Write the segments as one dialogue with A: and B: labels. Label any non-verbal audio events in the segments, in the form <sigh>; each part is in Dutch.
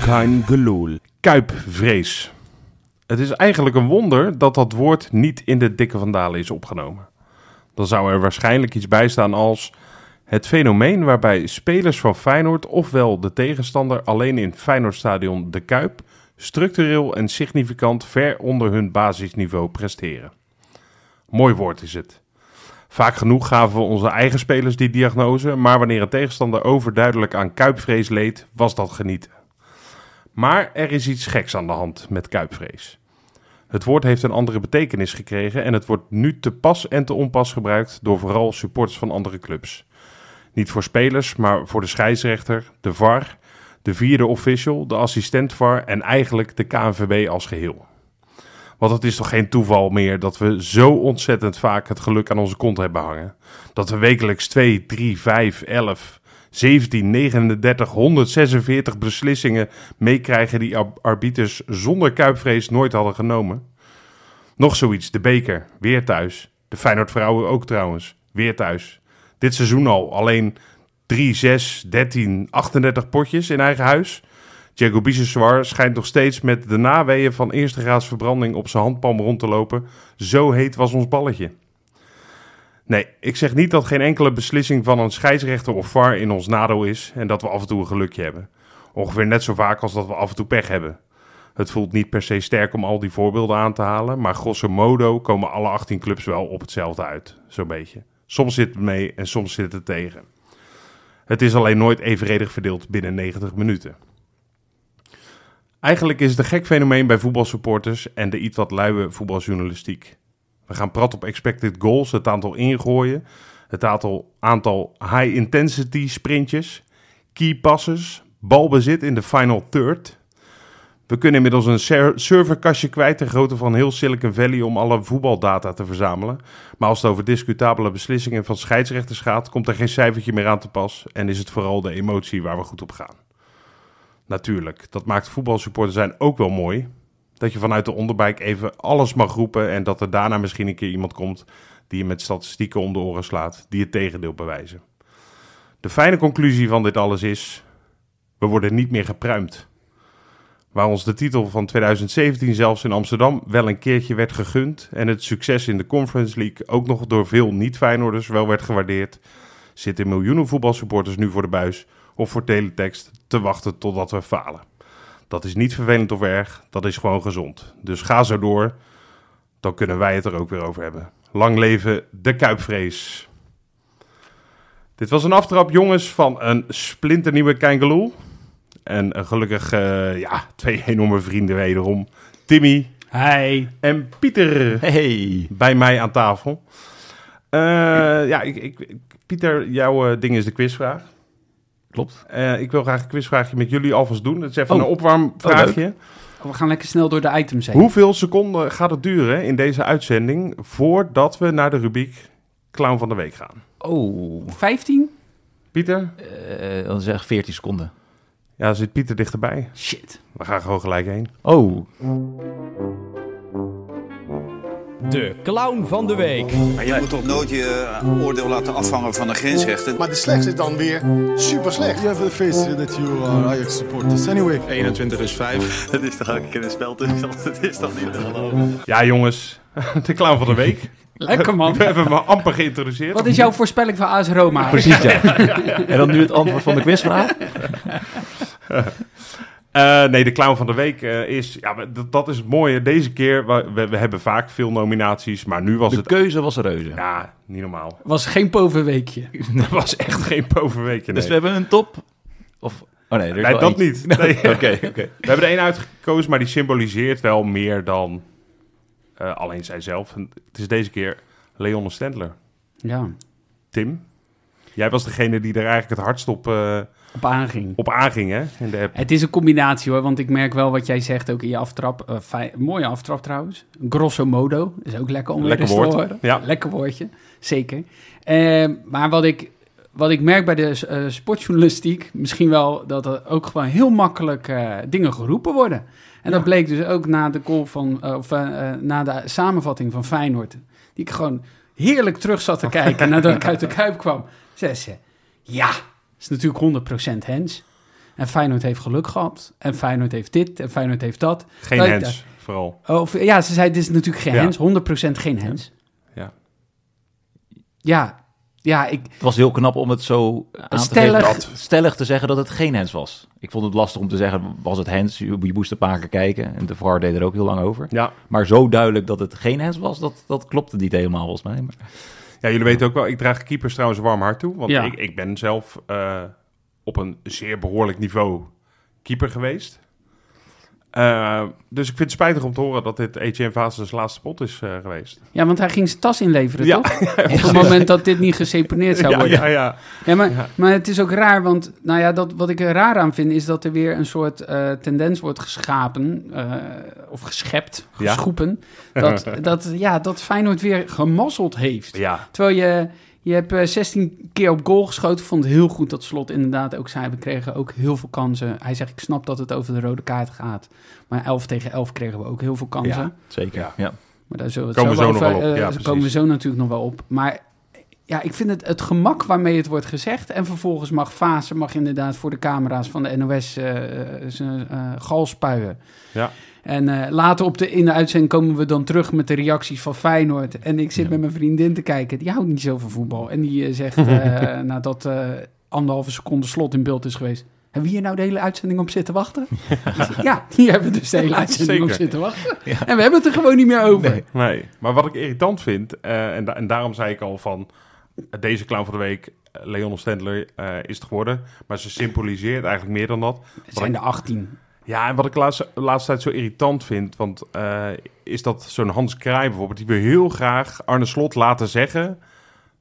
A: Kein geloel. Kuipvrees. Het is eigenlijk een wonder dat dat woord niet in de dikke vandalen is opgenomen. Dan zou er waarschijnlijk iets bij staan als het fenomeen waarbij spelers van Feyenoord ofwel de tegenstander alleen in Feyenoordstadion De Kuip structureel en significant ver onder hun basisniveau presteren. Mooi woord is het. Vaak genoeg gaven we onze eigen spelers die diagnose, maar wanneer een tegenstander overduidelijk aan kuipvrees leed, was dat genieten. Maar er is iets geks aan de hand met kuipvrees. Het woord heeft een andere betekenis gekregen en het wordt nu te pas en te onpas gebruikt door vooral supporters van andere clubs. Niet voor spelers, maar voor de scheidsrechter, de VAR, de vierde official, de assistent VAR en eigenlijk de KNVB als geheel. Want het is toch geen toeval meer dat we zo ontzettend vaak het geluk aan onze kont hebben hangen. Dat we wekelijks 2, 3, 5, 11, 17, 39, 146 beslissingen meekrijgen die ar- arbiters zonder kuipvrees nooit hadden genomen. Nog zoiets, de beker, weer thuis. De Feyenoord vrouwen ook trouwens, weer thuis. Dit seizoen al, alleen 3, 6, 13, 38 potjes in eigen huis. Diego Biseswar schijnt nog steeds met de naweeën van eerste graads verbranding op zijn handpalm rond te lopen. Zo heet was ons balletje. Nee, ik zeg niet dat geen enkele beslissing van een scheidsrechter of VAR in ons nadeel is en dat we af en toe een gelukje hebben. Ongeveer net zo vaak als dat we af en toe pech hebben. Het voelt niet per se sterk om al die voorbeelden aan te halen, maar grosso modo komen alle 18 clubs wel op hetzelfde uit, zo'n beetje. Soms zit het mee en soms zit het tegen. Het is alleen nooit evenredig verdeeld binnen 90 minuten. Eigenlijk is het een gek fenomeen bij voetbalsupporters en de iets wat luie voetbaljournalistiek. We gaan prat op expected goals, het aantal ingooien, het aantal, aantal high-intensity sprintjes, key passes, balbezit in de final third. We kunnen inmiddels een ser- serverkastje kwijt ter grootte van heel Silicon Valley om alle voetbaldata te verzamelen. Maar als het over discutabele beslissingen van scheidsrechters gaat, komt er geen cijfertje meer aan te pas en is het vooral de emotie waar we goed op gaan. Natuurlijk, dat maakt voetbalsupporter zijn ook wel mooi. Dat je vanuit de onderbijk even alles mag roepen en dat er daarna misschien een keer iemand komt die je met statistieken om de oren slaat, die het tegendeel bewijzen. De fijne conclusie van dit alles is: we worden niet meer gepruimd. Waar ons de titel van 2017 zelfs in Amsterdam wel een keertje werd gegund en het succes in de Conference League ook nog door veel niet-Feyenoorders wel werd gewaardeerd, zitten miljoenen voetbalsupporters nu voor de buis of voor teletext te wachten totdat we falen. Dat is niet vervelend of erg, dat is gewoon gezond. Dus ga zo door, dan kunnen wij het er ook weer over hebben. Lang leven de Kuipvrees. Dit was een aftrap, jongens, van een splinternieuwe Keingeloel. En eh, gelukkig eh, ja, twee enorme vrienden wederom. Timmy
B: Hi.
A: en Pieter
B: Hey.
A: bij mij aan tafel. Eh, ja, ik, ik, ik- Pieter, jouw eh, ding is de quizvraag.
B: Klopt.
A: Eh, ik wil graag een quizvraagje met jullie alvast doen. Het is even
B: Oh.
A: een opwarmvraagje.
C: Oh,
B: We gaan lekker snel door de items heen.
A: Hoeveel seconden gaat het duren in deze uitzending voordat we naar de rubriek Clown van de Week gaan?
C: Oh,
B: 15?
A: Pieter?
C: eh, dan zeg 14 seconden.
A: Ja, zit Pieter dichterbij.
B: Shit.
A: We gaan gewoon gelijk heen.
C: Oh,
D: De clown van de week.
E: Maar je moet toch nooit je oordeel laten afhangen van de grensrechten.
F: Maar de slechtste is dan weer super slecht. You have to face it that you are eh, Ajax supporters anyway.
G: 21 is 5.
E: Dat is toch ook een keer een spel tussen ons? Dat is toch niet te geloven?
A: Ja, jongens, <laughs> de Clown van de Week.
B: Lekker man.
C: <laughs>
A: We hebben hem amper geïntroduceerd.
B: Wat is jouw voorspelling van AS Roma?
C: precies ja. En dan nu het antwoord van de quizvraag.
A: Eh, nee, de clown van de week eh, is... Ja, we- dat, dat is het mooie. Deze keer, we, we, we hebben vaak veel nominaties, maar nu was
C: De
A: het...
C: keuze was reuze.
A: Ja, niet normaal. <laughs>
B: Was geen poverweekje.
A: Dat was echt geen poverweekje,
C: Dus we
A: nee.
C: hebben een top. Of, oh nee, er is
A: Nee,
C: wel
A: dat
C: eentje.
A: niet. Nee.
C: Oké, <laughs> oké.
A: We hebben er één uitgekozen, maar die symboliseert wel meer dan eh, alleen zijzelf. En het is deze keer Leon Stendler.
B: Ja.
A: Tim, Jij was degene die er eigenlijk het hardst op, eh,
B: op aanging.
A: op aanging, hè? In de app.
B: Het is een combinatie hoor, want ik merk wel wat jij zegt ook in je aftrap. Eh, fijn- mooie aftrap trouwens. Grosso modo. Is ook lekker om weer
A: Lekker
B: eens
A: woord,
B: te horen.
A: ja.
B: Lekker woordje, zeker. Eh, maar wat ik, wat ik merk bij de eh, sportjournalistiek, misschien wel dat er ook gewoon heel makkelijk eh, dingen geroepen worden. En dat bleek dus ook na de call van, eh, of eh, eh, na de samenvatting van Feyenoord. Die ik gewoon heerlijk terug zat
A: <laughs>
B: te kijken nadat ik uit de Kuip kwam. Zei ze, ja, is natuurlijk 100% Hens. En Feyenoord heeft geluk gehad. En Feyenoord heeft dit. En Feyenoord heeft dat.
A: Geen
B: Dat ik
A: hands, vooral.
B: dacht- Of, ja, ze zei, dit is natuurlijk geen
A: Ja.
B: hens. 100% geen hens.
A: Ja.
B: Ja, ja ik,
C: Het was heel knap om het zo aan
B: Stellig.
C: te geven, stellig te zeggen dat het geen hens was. Ik vond het lastig om te zeggen, was het hens? Je, je moest een paar keer kijken. En de VAR deed er ook heel lang over.
A: Ja.
C: Maar zo duidelijk dat het geen hens was, dat, dat klopte niet helemaal volgens mij. Maar,
A: ja, jullie weten ook wel, ik draag keepers trouwens een warm hart toe. Want
B: Ja.
A: ik, ik ben zelf eh, op een zeer behoorlijk niveau keeper geweest. Eh, dus ik vind het spijtig om te horen dat dit Etienne Vaasens laatste pot is eh, geweest.
B: ja, want hij ging zijn tas
A: <laughs>
B: inleveren,
A: Ja.
B: toch? Op het moment dat dit niet geseponeerd <laughs> zou
A: Ja,
B: worden.
A: ja, ja.
B: Ja, maar,
A: Ja.
B: maar het is ook raar, want nou ja, dat, wat ik er raar aan vind, is dat er weer een soort eh, tendens wordt geschapen, eh, of geschept,
A: Ja. <laughs>
B: geschoepen, dat, dat, ja, dat Feyenoord weer gemazzeld heeft.
A: Ja,
B: Terwijl je, je hebt eh, 16 keer op goal geschoten, vond het heel goed dat Slot inderdaad ook zei, we kregen ook heel veel kansen. Hij zegt, ik snap dat het over de rode kaart gaat, maar 11 tegen 11 kregen we ook heel veel kansen.
A: Ja.
C: zeker,
A: Ja.
C: ja.
B: Maar daar zullen we het
A: Komen
B: zo,
A: we
B: wel
A: zo nog
B: over-
A: wel op,
B: eh,
A: ja,
B: daar komen we
A: precies.
B: zo natuurlijk nog wel op. Maar ja, ik vind het het gemak waarmee het wordt gezegd. En vervolgens mag Fase mag inderdaad voor de camera's van de NOS eh, eh, zijn eh, gal spuien.
A: Ja.
B: En eh, later op de, in de uitzending komen we dan terug met de reacties van Feyenoord. En ik zit
C: Ja.
B: met mijn vriendin te kijken. Die houdt niet zo van voetbal. En die eh, zegt eh, nadat eh, anderhalve seconde slot in beeld is geweest. Hebben we hier nou de hele uitzending op zitten wachten? ja, hier hebben we dus de hele uitzending op
A: Zeker.
B: zitten wachten. En we hebben het er gewoon niet meer over.
C: Nee.
A: nee. Maar wat ik irritant vind, eh, en, da- en daarom zei ik al van... eh, deze clown van de week, eh, Leon Stendler, eh, is het geworden. Maar ze symboliseert eigenlijk meer dan dat.
B: Het zijn er 18.
A: Ja, en wat ik laatst, de laatste tijd zo irritant vind, want eh, is dat zo'n Hans Kraai bijvoorbeeld, die wil heel graag Arne Slot laten zeggen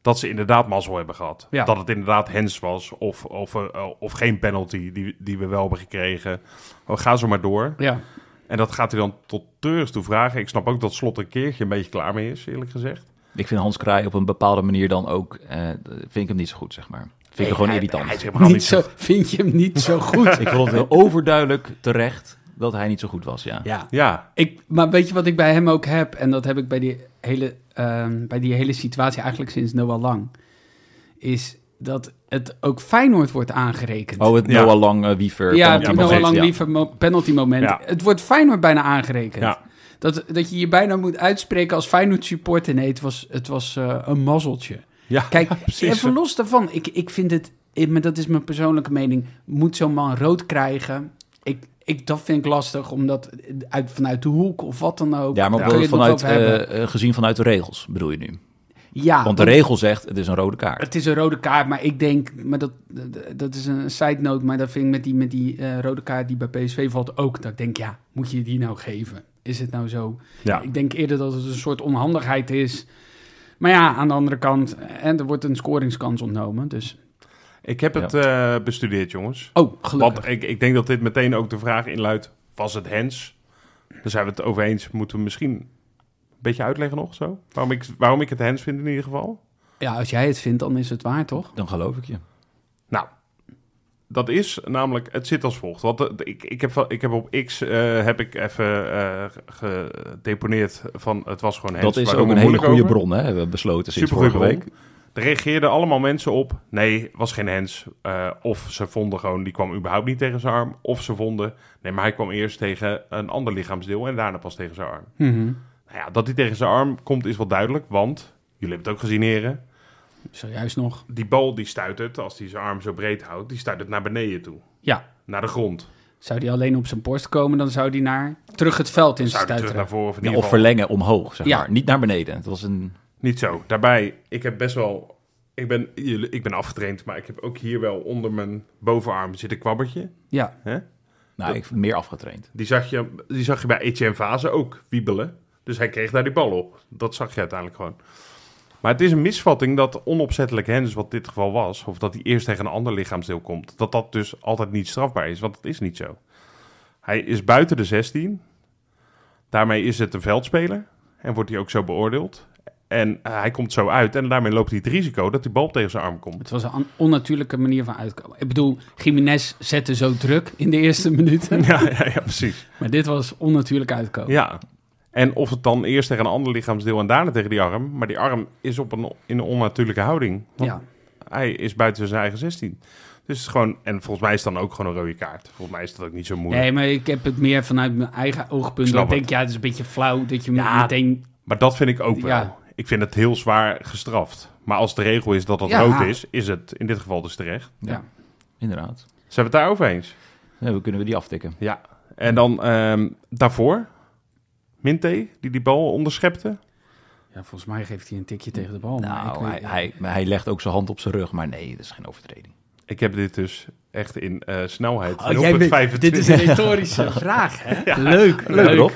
A: dat ze inderdaad mazzel hebben gehad.
B: Ja.
A: Dat het inderdaad hens was, of, of, eh, of geen penalty die, die we wel hebben gekregen. Oh, ga zo maar door.
B: Ja.
A: En dat gaat hij dan tot teurs toe vragen. Ik snap ook dat Slot er een keertje een beetje klaar mee is, eerlijk gezegd.
C: Ik vind Hans Kraai op een bepaalde manier dan ook, eh, vind ik hem niet zo goed, zeg maar. Vind ik hem gewoon irritant.
A: Hij is helemaal niet zo...
B: vind je hem niet zo goed?
C: Ik vond het heel overduidelijk terecht dat hij niet zo goed was, ja.
B: ja.
A: Ja,
B: Ik, maar weet je wat ik bij hem ook heb? En dat heb ik bij die hele, ehm, bij die hele situatie eigenlijk sinds Noah Lang. Is dat het ook Feyenoord wordt aangerekend.
C: Oh, het
A: Ja.
C: Noah Lang eh, wiever.
B: ja,
C: penalty
B: toen
A: moment.
B: Noah Lang
C: ja.
B: liever mo- penalty moment.
A: Ja.
B: Het wordt Feyenoord bijna aangerekend.
A: ja.
B: Dat, dat je je bijna moet uitspreken als Feyenoord supporter. Nee, het was, het was eh, een mazzeltje.
A: ja.
C: <laughs>
B: Kijk,
A: precies.
B: even los daarvan. Ik, ik vind het, ik- maar dat is mijn persoonlijke mening, moet zo'n man rood krijgen? Ik, ik, dat vind ik lastig, omdat uit, vanuit de hoek of wat dan ook.
C: Ja, maar
B: daar
C: op-
B: kun je het nog
C: vanuit,
B: over hebben. Ah,
C: eh, eh, gezien vanuit de regels bedoel je nu.
B: ja,
C: Want de regel zegt, het is een rode kaart.
B: het is een rode kaart, maar ik denk, maar dat, dat is een side note, maar dat vind ik met die, met die eh, rode kaart die bij PSV valt ook, dat ik denk, ja, moet je die nou geven? Is het nou zo?
A: Ja.
B: Ik denk eerder dat het een soort onhandigheid is. Maar ja, aan de andere kant, en er wordt een scoringskans ontnomen, dus...
A: Ik heb het eh, bestudeerd, jongens.
B: Oh, gelukkig.
A: Want ik, ik denk dat dit meteen ook de vraag inluidt: was het Hens? Daar zijn we het over eens. Moeten we misschien een beetje uitleggen nog zo? Waarom ik, waarom ik het Hens vind in ieder geval?
B: Ja, als jij het vindt, dan is het waar, toch?
C: Dan geloof ik je.
A: Nou, dat is namelijk, het zit als volgt. Want eh, ik, ik, heb, van- ik heb op X eh, heb ik even eh, gedeponeerd van het was gewoon Hens.
C: dat is
A: Waar doen
C: ook
A: we
C: een hele
A: moeilijk
C: goede
A: over?
C: bron, hè, hebben we besloten sinds
A: Supergoeie
C: vorige week.
A: bron. Er reageerden allemaal mensen op. Nee, was geen hands. Eh, of ze vonden gewoon, die kwam überhaupt niet tegen zijn arm. Of ze vonden, nee, maar hij kwam eerst tegen een ander lichaamsdeel en daarna pas tegen zijn arm.
C: Mhm.
A: Nou ja, dat hij tegen zijn arm komt is wel duidelijk, want jullie hebben het ook gezien, heren.
B: Zojuist nog.
A: Die bal die stuitert, als hij zijn arm zo breed houdt, die stuitert naar beneden toe.
B: Ja.
A: Naar de grond.
B: Zou die alleen op zijn borst komen, dan zou die naar terug het veld in
A: Zou hij terug naar
B: stuiteren.
A: voren of in
C: Ja,
A: ieder
C: of
A: geval.
C: verlengen omhoog, zeg
B: Ja.
C: maar. Niet naar beneden. Het was een...
A: Niet zo. Daarbij, ik heb best wel, ik ben, jullie- ik ben afgetraind, maar ik heb ook hier wel onder mijn bovenarm zit een kwabbertje.
B: Ja.
A: Hè?
C: Nou, ik meer afgetraind.
A: Die zag je, die zag je bij Etienne Fase ook wiebelen. Dus hij kreeg daar die bal op. Dat zag je uiteindelijk gewoon. Maar het is een misvatting dat onopzettelijk hands, wat dit geval was, of dat hij eerst tegen een ander lichaamsdeel komt, dat dat dus altijd niet strafbaar is, want dat is niet zo. Hij is buiten de 16. Daarmee is het een veldspeler en wordt hij ook zo beoordeeld. En eh, hij komt zo uit en daarmee loopt hij het risico dat die bal tegen zijn arm komt.
B: Het was een an- onnatuurlijke manier van uitkomen. Ik bedoel, Jiménez zette zo druk in de eerste
A: <laughs> <laughs>
B: minuten.
A: Ja, ja, ja precies.
B: Maar dit was onnatuurlijk uitkomen.
A: Ja. En of het dan eerst tegen een ander lichaamsdeel en daarna tegen die arm. Maar die arm is op een, in een onnatuurlijke houding. Want
B: Ja.
A: hij is buiten zijn eigen 16. Dus het is gewoon, en volgens mij is het dan ook gewoon een rode kaart. Volgens mij is dat ook niet zo moeilijk.
B: Nee, maar ik heb het meer vanuit mijn eigen oogpunt.
A: Ik
B: Ik
A: snap
B: denk,
A: het.
B: ja, het is een beetje flauw dat je
A: Ja.
B: meteen...
A: Maar dat vind ik ook wel.
B: Ja.
A: Ik vind het heel zwaar gestraft. Maar als de regel is dat dat
B: Ja.
A: rood is, is het in dit geval dus terecht.
B: Ja.
C: Inderdaad.
A: Zijn we het daarover eens?
C: Ja, we kunnen we die aftikken.
A: Ja. En dan ehm, daarvoor, Minte, die die bal onderschepte.
B: ja, volgens mij geeft hij een tikje tegen de bal. maar ik
C: Nou,
B: weet-
C: hij, hij, maar hij legt ook zijn hand op zijn rug, maar nee, dat is geen overtreding.
A: Ik heb dit dus echt in eh, snelheid.
B: Oh, jij bent-
A: 0,25.
B: dit is een retorische vraag, hè? Leuk, leuk.
C: Rob?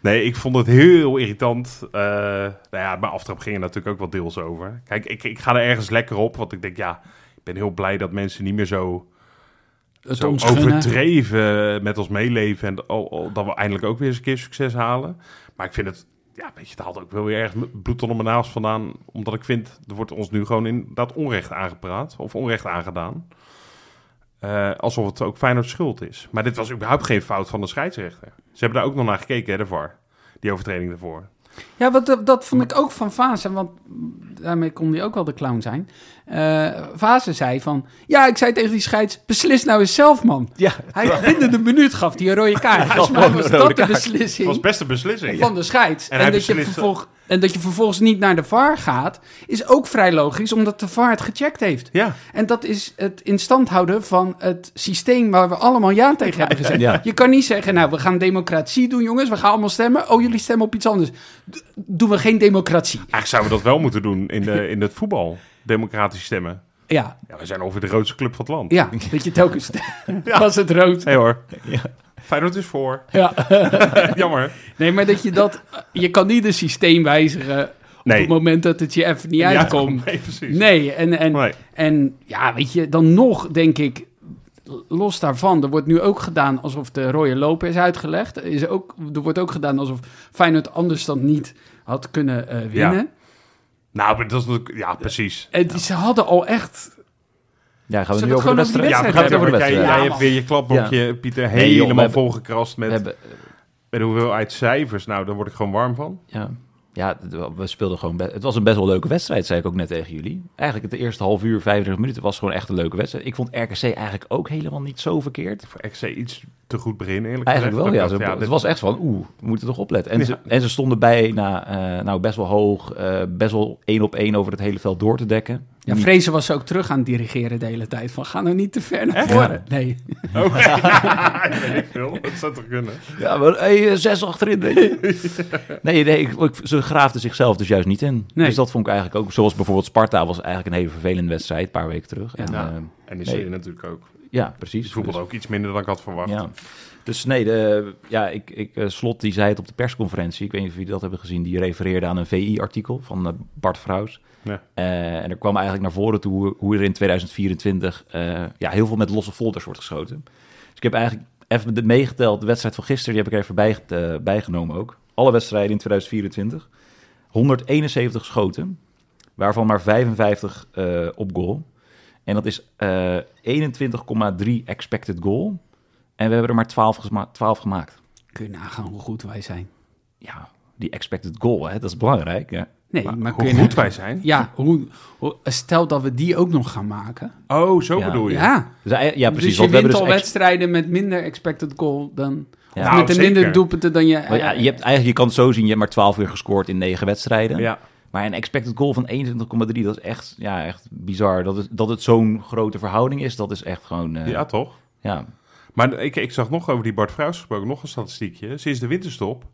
A: Nee, ik vond het heel irritant. Eh nou ja, mijn aftrap ging er natuurlijk ook wel deels over. Kijk, ik, ik ga er ergens lekker op, want ik denk, ja, ik ben heel blij dat mensen niet meer zo,
B: Het
A: zo
B: omschunnen.
A: overdreven met ons meeleven en oh, oh, dat we eindelijk ook weer eens een keer succes halen. Maar ik vind het, ja, weet je, het haalt ook wel weer erg bloed tot mijn naels vandaan, omdat ik vind, er wordt ons nu gewoon inderdaad onrecht aangepraat of onrecht aangedaan. Eh, alsof het ook Feyenoord's schuld is. Maar dit was überhaupt geen fout van de scheidsrechter. Ze hebben daar ook nog naar gekeken, hè, de VAR. Die overtreding daarvoor.
B: Ja, want dat, dat vond ik ook van Vazen, want daarmee kon hij ook wel de clown zijn. Eh Vazen zei van, ja, ik zei tegen die scheids, beslis nou eens zelf, man.
C: Ja,
B: Hij binnen de minuut gaf die een rode kaart. Volgens mij
C: gewoon
B: was
C: een
B: dat
C: rode
B: de
C: kaart.
A: Het was
B: beslissing
A: best een beslissing.
B: van de scheids.
A: En
B: En,
A: hij
B: dat je
A: beslist-
B: vervolg, en dat je vervolgens niet naar de VAR gaat, is ook vrij logisch, omdat de VAR het gecheckt heeft.
A: Ja,
B: En dat is het in stand houden van het systeem waar we allemaal ja tegen hebben gezegd.
C: Ja.
B: Je kan niet zeggen, nou, we gaan democratie doen, jongens. We gaan allemaal stemmen. Oh, jullie stemmen op iets anders. D- doen we geen democratie.
A: eigenlijk zouden we dat wel moeten doen in, de, in het voetbal. Democratisch stemmen.
B: Ja,
A: Ja, we zijn ongeveer de grootste club van het land.
B: ja <laughs> dat je telkens... <laughs> Was het rood.
A: Hey hoor. Feyenoord is voor.
B: Ja.
A: <laughs> Jammer.
B: Nee, maar dat je dat... Je kan niet het systeem wijzigen op
A: Nee.
B: het moment dat het je even niet
A: Ja, <laughs>
B: uitkomt.
A: nee, precies.
B: Nee, en, en,
A: Nee.
B: en ja, weet je, dan nog denk ik, los daarvan, er wordt nu ook gedaan alsof de rode loper is uitgelegd. Is ook, er wordt ook gedaan alsof Feyenoord anders dan niet had kunnen eh, winnen.
A: Ja. Nou, maar dat is natuurlijk... Ja, precies.
B: En die- ze hadden al echt,
C: Ja,
B: Zullen
C: gaan
B: we het
C: we nu over de
B: gewoon over die
C: wedstrijd?
A: Ja, we gaan het
B: hebben
A: over de
B: we
A: jij,
B: wedstrijd.
A: jij
B: Ja,
A: hebt
B: man.
A: weer je klapblokje, Pieter,
C: Nee, joh, we
A: helemaal
C: hebben-
A: volgekrast met,
C: We hebben,
A: met de hoeveelheid cijfers. Nou, daar word ik gewoon warm van.
C: Ja, ja d- we speelden gewoon... be- Het was een best wel leuke wedstrijd, zei ik ook net tegen jullie. Eigenlijk het eerste half uur, 35 minuten was gewoon echt een leuke wedstrijd. Ik vond RKC eigenlijk ook helemaal niet zo verkeerd.
A: Voor XC iets te goed begin, eerlijk
C: Eigenlijk wel,
A: gezegd.
C: ja.
A: Dat ik
C: Ze-
A: dacht,
C: het
A: dit-
C: was echt van, oeh, we moeten toch opletten. En, ze, en ze stonden bijna, eh, nou best wel hoog, eh, best wel één op één over het hele veld door te dekken.
B: ja,
C: Niet-
B: Vrezen was ze ook terug aan het dirigeren de hele tijd. Van, ga nou niet te ver naar voren. Nee. <laughs>
A: Oh, ja, ik weet niet veel. <laughs> Dat zou toch kunnen?
C: Ja, maar hey, eh, zes achterin. weet je. <laughs> nee, nee ik, ik- ze graafden zichzelf dus juist niet in.
B: Nee.
C: Dus dat vond ik eigenlijk ook. Zoals bijvoorbeeld Sparta was eigenlijk een hele vervelende wedstrijd, een paar weken terug. En,
A: Ja.
C: eh,
A: En is
C: Nee.
A: er natuurlijk ook.
C: ja precies.
A: Voetbal ook iets minder dan ik had verwacht.
C: Dus, ja. dus nee, de, ja, ik, ik, eh, Slot die zei het op de persconferentie. Ik weet niet of jullie dat hebben gezien. Die refereerde aan een VI-artikel van eh, Bart Vrouws.
A: Ja.
C: Eh, en er kwam eigenlijk naar voren toe hoe- hoe er in 2024 eh, ja, heel veel met losse folders wordt geschoten. Dus ik heb eigenlijk even de- meegeteld, de wedstrijd van gisteren, die heb ik er even bij, eh, bijgenomen ook. Alle wedstrijden in 2024. 171 schoten, waarvan maar 55 eh, op goal. En dat is eh, 21,3 expected goal. En we hebben er maar 12, gesma- 12 gemaakt.
B: Kun je nagaan hoe goed wij zijn.
C: Ja, die expected goal, hè, dat is belangrijk. Ja.
B: Nee, maar, kun
A: Hoe
B: je
A: goed
B: na-
A: wij zijn.
B: Ja, hoe, hoe- stel dat we die ook nog gaan maken.
A: Oh, zo
C: Ja.
A: bedoel je.
B: Ja,
C: Dus, eh, ja,
B: dus je
C: precies. want we
B: wint
C: hebben
B: al
C: dus ex-
B: wedstrijden met minder expected goal dan...
C: Ja.
B: of
A: Nou,
B: met een minder
A: zeker.
B: doelpunten dan je...
C: Maar ja, je, hebt, eigenlijk, je kan het zo zien, je hebt maar 12 uur gescoord in 9 wedstrijden.
A: Ja.
C: Maar een expected goal van 21,3, dat is echt, ja, echt bizar. Dat het, dat het zo'n grote verhouding is, dat is echt gewoon... eh,
A: Ja, toch?
C: ja.
A: Maar ik, ik zag nog over die Bart Vrouws gesproken, nog een statistiekje. Sinds de winterstop,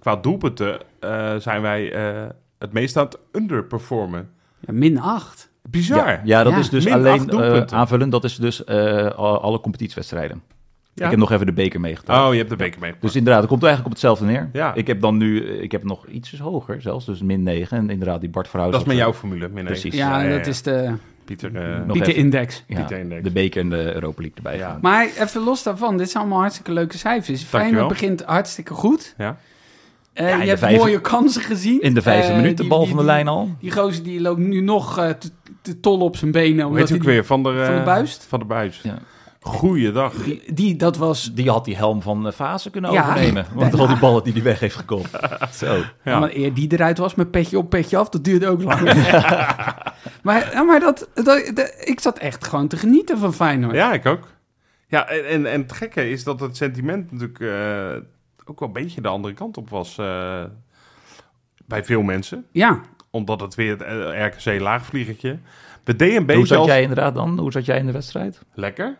A: qua doelpunten, eh, zijn wij eh, het meest aan het underperformen.
B: Ja, min 8.
A: Bizar.
C: Ja, dat
B: Ja.
C: is dus
A: Min acht
C: alleen eh
A: doelpunten.
C: aanvullend. Dat is dus eh, al- alle competitiewedstrijden.
A: Ja.
C: Ik heb nog even de beker meegedaan.
A: Oh, je hebt de beker mee.
C: Dus inderdaad, het komt eigenlijk op hetzelfde neer.
A: Ja.
C: Ik heb dan nu, ik heb nog ietsjes hoger zelfs, dus min 9. En inderdaad, die Bart Verhuis.
A: dat is met jouw formule. min
C: eh, Precies.
A: één.
B: Ja, dat is de
A: Pieter. eh,
C: Nog even.
B: Pieter-index.
C: ja,
A: Pieter Index.
C: de beker en de Europa League erbij.
A: Ja.
C: gaan.
B: Maar even los daarvan, dit zijn allemaal hartstikke leuke cijfers. Feyenoord
A: Dankjewel.
B: begint hartstikke goed.
A: Ja.
B: Eh,
C: Ja, in
B: je
C: de
B: hebt
C: vijfde-
B: mooie kansen gezien.
C: In de vijfde
B: Eh,
C: minuut, de
B: die-
C: bal
B: die-
C: van de
B: die-
C: lijn al.
B: Die gozer die loopt nu nog eh, te, te tollen op zijn benen.
A: Hoe heet
B: Omdat
A: hij ook
B: die-
A: weer? Van der,
B: Van de
A: eh,
B: Buist?
A: Van de Buist.
C: Ja.
A: Goeiedag.
C: Die, die, dat was, Dus die had die helm van eh, Fase kunnen
B: Ja. <laughs>
C: overnemen. Want al die ballen die hij weg heeft
A: <laughs>
C: gekopt. Zo.
A: Ja.
B: Maar eer die eruit was met petje op, petje af, dat duurde ook
C: <laughs>
B: lang. maar ja, maar dat, dat, dat- ik zat echt gewoon te genieten van Feyenoord.
A: Ja, ik ook. Ja, en, en, en het gekke is dat het sentiment natuurlijk eh, ook wel een beetje de andere kant op was eh, bij veel mensen.
B: Ja.
A: Omdat het weer het eh, RKC laagvliegertje. We deden een
C: Hoe
A: beetje
C: zat
A: als...
C: jij inderdaad dan? Hoe zat jij in de wedstrijd?
A: Lekker.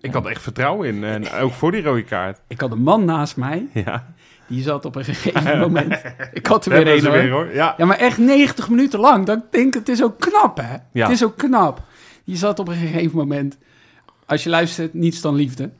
A: Ik had echt vertrouwen in. En ook voor die rode kaart.
B: Ik had een man naast mij,
A: Ja,
B: die zat op een <laughs> gegeven
A: <laughs>
B: moment. Ik had er
A: Daar hebben
B: weer een
A: ze
B: hoor.
A: weer, hoor. Ja.
B: Ja, maar echt 90 minuten lang. Dan denk ik, het is ook knap, hè?
A: Ja.
B: Het is ook knap. Je zat op een gegeven moment... Als je luistert, niets dan liefde.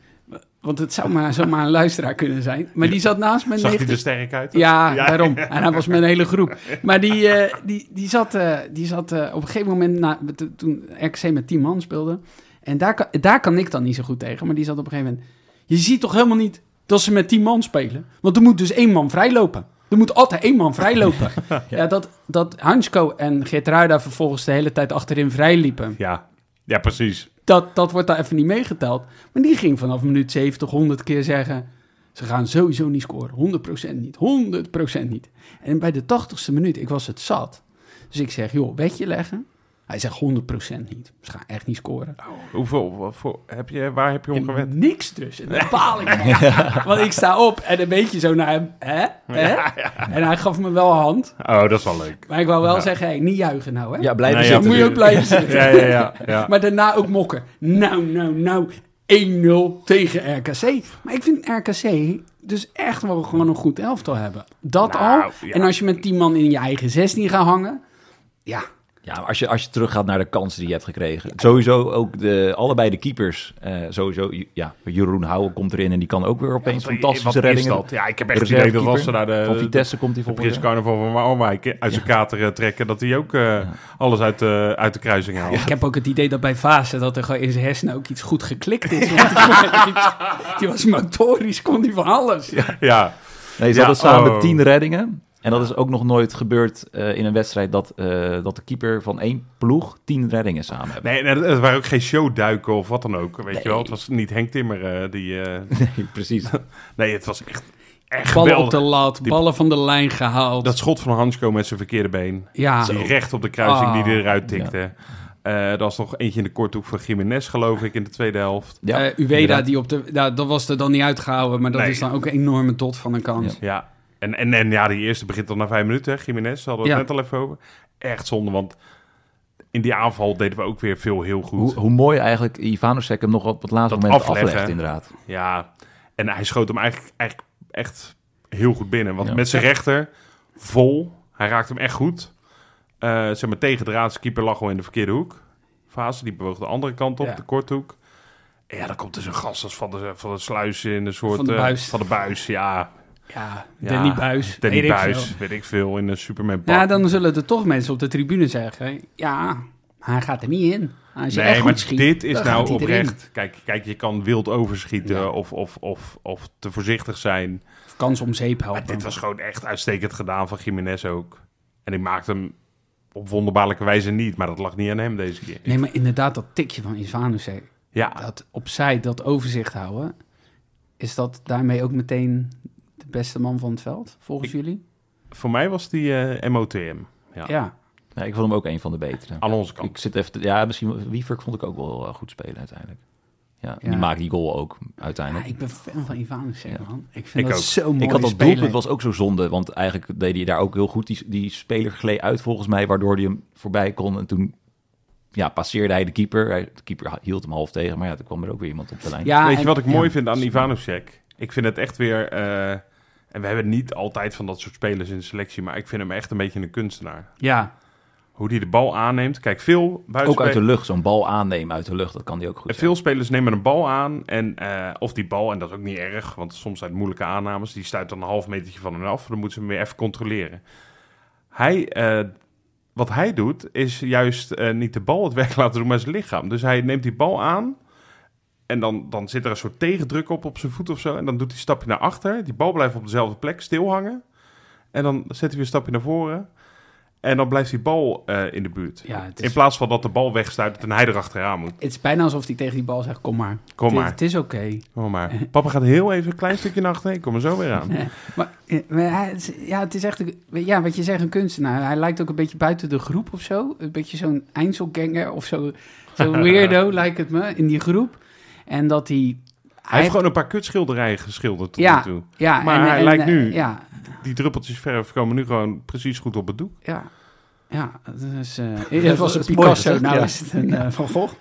B: Want het zou maar zomaar een luisteraar kunnen zijn. Maar die zat naast me
A: Zag hij
B: 90...
A: er sterk uit?
B: Ja,
A: Ja.
B: daarom. En hij was met een hele groep. Maar die, eh, die, die zat, eh, die zat eh, op een gegeven moment, na, to- toen RKC met 10 man speelde. En daar kan, daar kan ik dan niet zo goed tegen. Maar die zat op een gegeven moment. Je ziet toch helemaal niet dat ze met 10 man spelen? Want er moet dus één man vrijlopen. Er moet altijd één man vrijlopen. <laughs> ja. dat, dat Hansko en Geertruida vervolgens de hele tijd achterin vrijliepen.
A: Ja. Ja, precies.
B: Dat, dat wordt daar even niet meegeteld. Maar die ging vanaf minuut 70 100 keer zeggen... ze gaan sowieso niet scoren. 100% niet. 100% niet. En bij de 80ste minuut, ik was het zat. Dus ik zeg, joh, wetje leggen? Hij zegt 100% niet. Ze gaan echt niet scoren.
A: Hoeveel, wat voor, heb je, waar heb je om gewend?
B: En niks dus. En daar baal ik van. Want ik sta op en een beetje zo naar hem. Hè? Hè? En hij gaf me wel een hand.
A: Oh, dat is wel leuk.
B: Maar ik wou wel zeggen, hey, niet juichen nou, hè?
C: Ja, blijven
A: Nee, ja,
B: Dan
C: zitten.
B: moet je ook blijven zitten.
A: Ja, ja, ja. ja.
B: <laughs> Maar daarna ook mokken. Nou, nou, nou. 1-0 tegen RKC. Maar ik vind RKC dus echt wel gewoon een goed elftal hebben. Dat
A: Nou,
B: al.
A: ja.
B: En als je met 10 man in je eigen 16 gaat hangen. Ja,
C: Ja, maar als je, als je teruggaat naar de kansen die je hebt gekregen. Sowieso ook de, allebei de keepers. eh, sowieso, ja, Jeroen Houwen komt erin en die kan ook weer opeens
A: Wat- wat
C: fantastische
A: is
C: reddingen.
A: dat? Ja, ik heb
C: De
A: echt het idee dat
C: reservekeeper
A: als ze naar de,
C: van Vitesse komt hij
A: de
C: volgend
A: Prins
C: jaar.
A: Carnaval van Waalwijk eh, uit zijn kater eh, trekken, dat hij ook eh, alles uit de, uit de kruising haalt.
B: ik heb ook het idee dat bij Fase dat er gewoon in zijn hersenen ook iets goed geklikt <laughs> is. Want die, die was motorisch, kon die van alles.
A: Ja,
C: Nee, ze
A: Ja,
C: hadden samen
A: oh.
C: tien reddingen. En dat is ook nog nooit gebeurd eh, in een wedstrijd dat, eh, dat de keeper van één ploeg tien reddingen samen hebben.
A: nee, nee, het waren ook geen showduiken of wat dan ook. Weet je
C: Nee.
A: wel, het was niet Henk Timmer eh, die. eh,
B: <laughs>
C: Nee, precies.
A: nee, het was echt, echt
B: Ballen op de
A: geweldig.
B: lat,
A: Die-
B: ballen van de lijn gehaald.
A: Dat schot van Hansko met zijn verkeerde been.
B: ja,
A: Die recht op de kruising die hij
B: Ah,
A: eruit tikte. Eh, er was nog eentje in de korthoek van Jiménez, geloof ik, in de tweede helft.
C: Ja,
B: Eh, Ueda,
C: inderdaad.
B: die op de, nou, dat was er dan niet uitgehouden. Maar dat
A: Nee.
B: is dan ook een enorme dot van een kans.
C: Ja.
A: Ja, en, en, en ja, die eerste begint al na vijf minuten. hè. Jiménez, hadden we het
B: Ja.
A: net al even over. Echt zonde, want in die aanval deden we ook weer veel heel goed.
C: Hoe, hoe mooi eigenlijk Ivanosek hem nog op het laatste
A: Dat
C: moment
A: afleggen.
C: aflegt, inderdaad.
A: Ja, en hij schoot hem eigenlijk, eigenlijk echt heel goed binnen. Want
C: Ja.
A: met zijn rechter, vol. Hij raakt hem echt goed. Eh, zeg maar tegen de raadskeeper lag al in de verkeerde hoek. Fase, die bewoog de andere kant op,
B: Ja.
A: de korthoek. En ja, dan komt dus een gast als van de, van de sluis in een soort...
B: Van de
A: eh,
B: buis.
A: van de buis, ja.
B: Ja,
A: Ja,
B: Danny Buis.
A: Danny
B: weet ik
A: Buis,
B: veel.
A: weet ik veel, in een Superman pak.
B: Ja, dan zullen er toch mensen op de tribune zeggen: ja, hij gaat er niet in. Als je echt goed schiet,
A: dit is
B: dan gaat
A: nou
B: hij erin.
A: oprecht. Kijk, kijk, je kan wild overschieten
B: Ja.
A: of, of, of, of te voorzichtig zijn.
B: Of kans om zeep
A: Maar
B: helpen.
A: dit was gewoon echt uitstekend gedaan van Jiménez ook. En ik maakte hem op wonderbaarlijke wijze niet, maar dat lag niet aan hem deze keer.
B: Nee, maar inderdaad, dat tikje van Isvanusek,
A: Ja,
B: dat opzij, dat overzicht houden, is dat daarmee ook meteen de beste man van het veld, volgens jullie?
A: voor mij was die eh MOTM
B: Ja.
A: Ja.
C: Ja, ik vond hem ook een van de betere.
A: aan onze kant.
C: Ik zit even te- ja, misschien Wiever vond ik ook wel eh, goed spelen uiteindelijk. Ja,
B: Ja.
C: die maakt die goal ook
B: Ja,
C: uiteindelijk.
B: ik ben fan van Ivanusek,
C: Ja.
B: man. Ik vind
A: Ik
B: dat
A: ook.
B: zo mooi
C: ik had dat doelpunt was ook zo zonde, want eigenlijk deed hij daar ook heel goed. Die, die speler gleed uit volgens mij, waardoor hij hem voorbij kon. En toen ja, passeerde hij de keeper. Hij, de keeper hield hem half tegen, maar ja, toen kwam er ook weer iemand op de lijn.
B: Ja,
A: Weet je
B: en-
A: wat ik
B: ja.
A: mooi vind aan Ivanovsek? Ik vind het echt weer... eh, en we hebben niet altijd van dat soort spelers in de selectie, maar ik vind hem echt een beetje een kunstenaar.
B: Ja,
A: Hoe die de bal aanneemt. Kijk, veel
C: Ook uit
A: buitenspelers...
C: de lucht, zo'n bal aannemen uit de lucht, dat kan die ook goed.
A: En veel spelers nemen een bal aan. En, eh, of die bal, en dat is ook niet erg, want soms zijn het moeilijke aannames. Die stuit dan een half metertje van hem af. Dan moeten ze hem weer even controleren. Hij, eh, wat hij doet, is juist eh, niet de bal het werk <laughs> laten doen, maar zijn lichaam. Dus hij neemt die bal aan. En dan, dan zit er een soort tegendruk op op zijn voet of zo. En dan doet hij een stapje naar achter. Die bal blijft op dezelfde plek stilhangen. En dan zet hij weer een stapje naar voren. En dan blijft die bal eh, in de buurt.
B: Ja, het is-
A: In plaats van dat de bal wegstuit en hij erachteraan moet.
B: Het is bijna alsof hij tegen die bal zegt, kom maar.
A: Kom
B: Het-
A: maar.
B: Het is oké.
A: Oh, <laughs> maar papa gaat heel even een klein stukje naar achteren. Ik kom er zo weer <laughs> aan.
B: Maar, eh, maar hij is- ja, het is echt, een- ja, wat je zegt, een kunstenaar. Hij lijkt ook een beetje buiten de groep of zo. Een beetje zo'n Einzelganger of zo.
A: <laughs>
B: Zo'n weirdo lijkt het me, in die groep. En dat hij...
A: Hij heeft gewoon een paar kutschilderijen geschilderd tot
B: Ja.
A: nu toe.
B: ja,
A: maar hij lijkt nu-
B: Ja,
A: Die druppeltjes verf komen nu gewoon precies goed op het doek.
B: ja. Ja,
A: <laughs>
B: dus, eh dat was een
C: is mooi
B: Picasso,
C: gezegd,
B: nou
C: ja.
B: is het een eh, Van Gogh.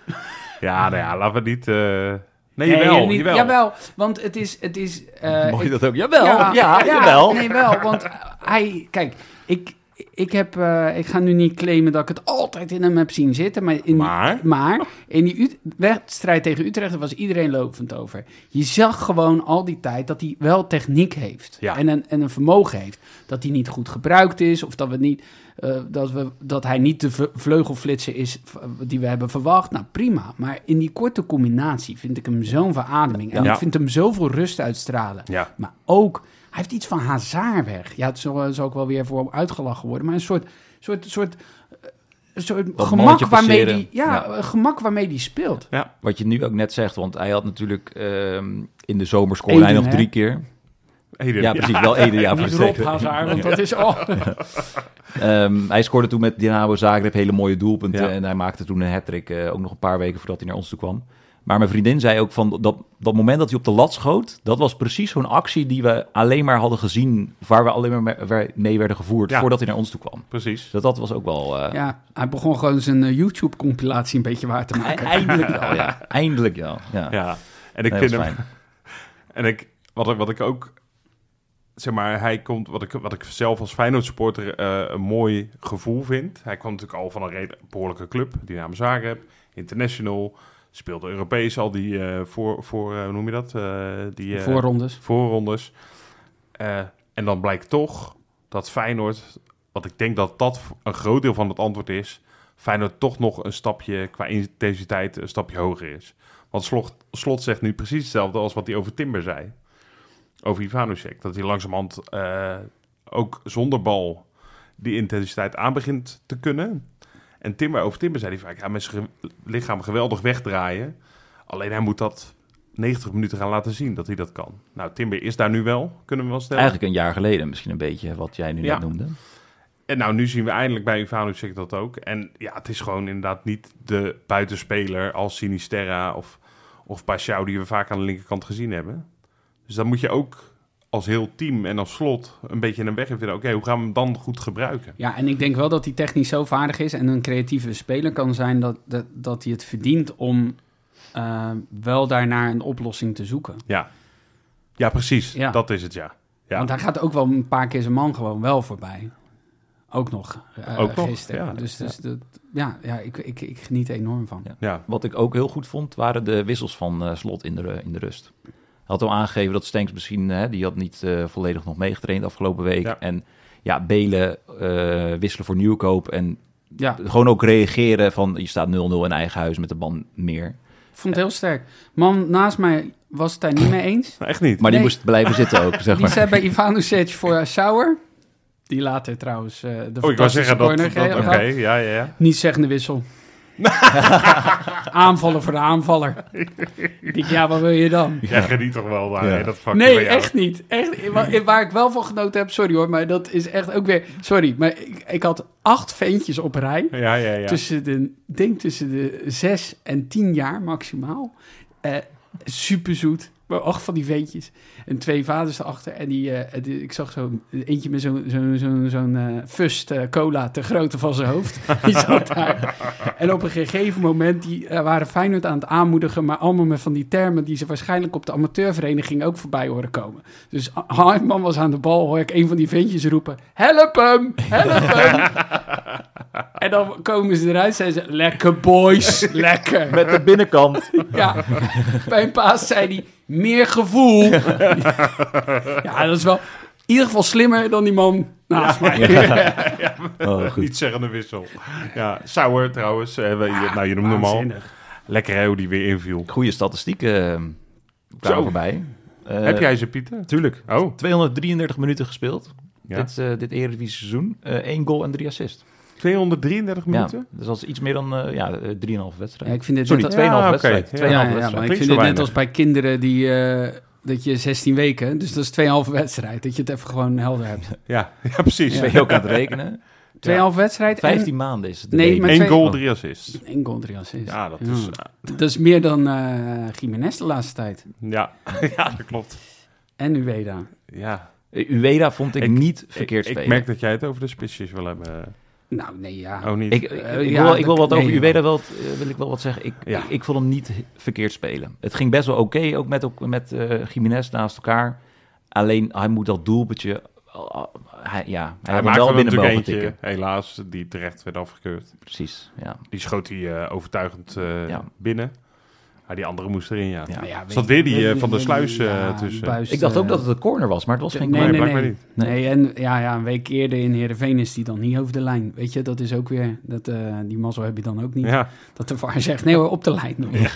A: Ja, nou ja, laten we niet... eh, Nee,
B: Nee,
A: jawel,
B: niet-
A: jawel.
B: Jawel, want het is... Het is eh,
C: Mooi
B: ik-
C: dat ook. Jawel, ja, jawel.
B: Nee, wel, want hij... Kijk, ik, ik, heb, eh, ik ga nu niet claimen dat ik het altijd in hem heb zien zitten, maar in,
A: Maar?
B: maar in die Ut- wedstrijd tegen Utrecht daar was iedereen lopend over. Je zag gewoon al die tijd dat hij wel techniek heeft
A: Ja.
B: en, een, en een vermogen heeft. Dat hij niet goed gebruikt is of dat, we niet, eh, dat, we, dat hij niet de v- vleugelflitser is v- die we hebben verwacht. Nou prima, maar in die korte combinatie vind ik hem zo'n verademing. En
A: Ja.
B: ik vind hem zoveel rust uitstralen.
A: Ja.
B: Maar ook, hij heeft iets van Hazard weg. Ja, het zal, zal ook wel weer voor hem uitgelachen worden. Maar een soort, soort, soort, eh, soort
C: Dat
B: gemak
C: mannetje
B: waarmee,
C: passeren.
B: die, ja,
C: Ja.
B: eh, gemak waarmee die speelt.
C: Wat je nu ook net zegt, want hij had natuurlijk ehm, in de zomer scoorde hij
B: Eden,
C: nog
B: hè?
C: drie keer.
A: Heden.
C: Ja, precies, wel Eden. Ja,
B: Niet
C: precies.
B: Rob Hazard, want dat is al... <laughs>
C: Ehm, hij scoorde toen met Dynamo Zagreb hele mooie doelpunten.
A: Ja.
C: En hij maakte toen een hat-trick, eh, ook nog een paar weken voordat hij naar ons toe kwam. Maar mijn vriendin zei ook van dat, dat moment dat hij op de lat schoot, dat was precies zo'n actie die we alleen maar hadden gezien, waar we alleen maar me- waar- mee werden gevoerd
A: Ja.
C: voordat hij naar ons toe kwam.
A: Precies.
C: Dus dat was ook wel. eh,
B: Ja, hij begon gewoon zijn eh, YouTube-compilatie een beetje waar te
C: e-
B: maken.
C: Eindelijk
A: <laughs>
C: wel, ja. Eindelijk wel. Ja,
A: Ja. En ik
C: Nee, dat
A: vind
C: is
A: hem...
C: fijn.
A: <laughs> En ik, wat, ik- wat ik ook... Zeg maar, hij komt... Wat ik, wat ik zelf als Feyenoord supporter eh, een mooi gevoel vind. Hij kwam natuurlijk al van een reden- behoorlijke club. Dynamo Zagreb, International. Speelde Europees al die eh, voor... voor eh, hoe noem je dat? Eh, die, eh,
B: Voorrondes.
A: voorrondes. Eh, en dan blijkt toch dat Feyenoord, wat ik denk dat dat een groot deel van het antwoord is, Feyenoord toch nog een stapje qua intensiteit een stapje hoger is. Want Slot, Slot zegt nu precies hetzelfde als wat hij over Timber zei. Over Ivanusek. Dat hij langzamerhand eh, ook zonder bal die intensiteit aan begint te kunnen. En Timber over Timber zei hij vaak, ja, met zijn ge- lichaam geweldig wegdraaien. Alleen hij moet dat 90 minuten gaan laten zien dat hij dat kan. Nou, Timber is daar nu wel, kunnen we wel stellen.
C: Eigenlijk een jaar geleden misschien een beetje, wat jij nu
A: Ja.
C: net noemde.
A: En nou, nu zien we eindelijk bij Ivanusic dat ook. En ja, het is gewoon inderdaad niet de buitenspeler als Sinisterra of, of Pashao die we vaak aan de linkerkant gezien hebben. Dus dan moet je ook als heel team en als slot een beetje een weg in vinden. Oké, hoe gaan we hem dan goed gebruiken?
B: Ja, en ik denk wel dat hij technisch zo vaardig is en een creatieve speler kan zijn dat, dat, dat hij het verdient om eh, wel daarnaar een oplossing te zoeken.
A: Ja, ja precies.
B: Ja.
A: Dat is het, ja. ja.
B: Want hij gaat ook wel een paar keer zijn man gewoon wel voorbij. Ook nog. eh,
A: Ook nog,
B: gisteren.
A: ja.
B: Dus, dus dat, ja, ja ik, ik, ik geniet er enorm van.
C: Ja.
A: ja.
C: Wat ik ook heel goed vond, waren de wissels van eh, Slot in de, ru- in de rust. Hij had al aangegeven dat Stenks misschien, hè, die had niet eh, volledig nog meegetraind afgelopen week.
A: Ja.
C: En ja, Belen eh, wisselen voor Nieuwkoop en
B: Ja, ik
C: gewoon ook reageren van je staat 0-0 in eigen huis met de man meer.
B: vond het heel sterk. Man naast mij was het daar niet mee
A: <laughs>
B: eens.
A: Nou, echt niet.
C: Maar die
B: Nee.
C: moest blijven zitten ook, zeg
B: Die
C: maar.
B: zei bij Ivanusic voor Sauer. Die later trouwens eh, de
A: Oh, ik wou
B: fantastische
A: zeggen dat...
B: corner
A: dat Oké,
B: ge- had.
A: ja, ja, ja.
B: Niet zeggende
A: <laughs>
B: wissel. Aanvallen voor de
A: <laughs>
B: aanvaller. Ik denk, ja, wat wil je dan?
A: Jij geniet toch wel daar,
C: Ja.
A: hè, dat vakje
B: Nee,
A: van jou.
B: echt niet. Echt, waar, waar ik wel van genoten heb, sorry hoor, maar dat is echt ook weer... Sorry, maar ik, ik had acht ventjes op rij.
A: Ja, ja, ja.
B: Tussen de, ik denk tussen de zes en tien jaar maximaal. Eh super zoet. Maar acht van die ventjes. En twee vaders erachter. En die, eh, die- ik zag zo eentje met zo'n zo, zo, zo'n eh, fust eh, cola te grootte van zijn hoofd. Die zat daar. En op een gegeven moment, die eh, waren Feyenoord aan het aanmoedigen. Maar allemaal met van die termen die ze waarschijnlijk op de amateurvereniging ook voorbij horen komen. Dus Hartman was aan de bal, hoor ik een van die ventjes roepen. Help hem! Help hem! En dan komen ze eruit en ze... Lekker boys, lekker.
C: Met de binnenkant.
B: Ja, bij een paas zei hij meer
A: <laughs>
B: gevoel. ja, dat is wel in ieder geval slimmer dan die man naast mij.
C: <laughs> Oh, goed.
A: Niet zeggende wissel. Ja, Sauer trouwens. eh, we- je- nou, je noemde hem al.
B: Waanzinnig.
A: Lekker hè, hoe die weer inviel.
C: Goede statistieken eh, kwamen
A: Zo.
C: voorbij. Eh,
A: Heb jij ze, Pieter?
C: Tuurlijk.
A: Oh,
C: 233 minuten gespeeld.
A: Ja.
C: Dit, eh dit Eredivisie seizoen. Eén 1 goal en 3 assist.
A: 233 minuten?
C: Ja, dus dat is iets meer dan eh ja, eh, 3,5
B: Ja,
C: wedstrijden.
B: ik vind dit
C: Sorry,
B: net,
C: 2,5
B: als,
A: twee- Ja, oké.
C: wedstrijd.
A: Ja.
C: 2,5
B: ja, ja, maar
C: wedstrijd.
B: ik
A: Klinkt
B: vind
A: zo
B: dit net
A: weinig.
B: als bij kinderen die... eh, dat je 16 weken, dus dat is 2,5 wedstrijd. Dat je het even gewoon helder hebt. 2,5
A: Ja, <laughs> ja precies.
C: Ben je ook aan het <laughs> rekenen?
B: wedstrijd
C: 15 maanden is het. de
B: Nee,
C: baby.
B: maar-
A: Eén
B: twee-
A: goal, drie assists.
B: en één goal, drie assists.
A: Oh. Ja, dat is... eh,
B: Dat is meer dan eh Jiménez de laatste tijd.
A: Ja, <laughs> ja dat klopt.
B: En Ueda.
A: Ja.
C: Eh, Ueda vond ik,
A: Ik-
C: niet verkeerd
A: ik,
C: spelen.
A: ik merk dat jij het over de spitsjes wil hebben.
B: Nou, nee, ja.
A: Oh, niet?
C: Ik, ik,
B: Eh,
C: ik
B: ja,
C: wil, ik wil
B: dat-
C: wat over
B: nee,
C: Ueda wel, eh, wil ik wel wat zeggen. Ik,
A: Ja.
C: ik, ik vond hem niet he- verkeerd spelen. Het ging best wel oké, ook met, ook met eh Jiménez naast elkaar. Alleen hij moet dat doelpuntje... ah, ah, hij, ja,
A: hij
C: hij, had hem
A: maakte
C: wel
A: er
C: binnen
A: natuurlijk
C: mogen
A: eentje,
C: tikken.
A: helaas, die terecht werd afgekeurd.
C: Precies, ja.
A: Die schoot hij eh, overtuigend eh,
C: Ja.
A: binnen. Maar die andere moest erin, ja.
C: Ja.
B: Nou ja, weet
A: Zat
B: je-
A: weer die,
B: weet
A: eh,
B: je-
A: van de
B: weet je-
A: Sluis, eh,
B: ja,
A: tussen.
B: Buis,
C: Ik dacht ook
B: eh,
C: dat het een corner was, maar het was geen
B: nee,
C: corner.
B: nee,
A: blijkbaar
B: nee.
A: niet.
B: Nee. en ja, ja, een week eerder in Heerenveen is die dan niet over de lijn. Weet je, dat is ook weer... Dat, eh, die mazzel heb je dan ook niet.
A: Ja,
B: Dat de VAR zegt, nee hoor, op de lijn. nog.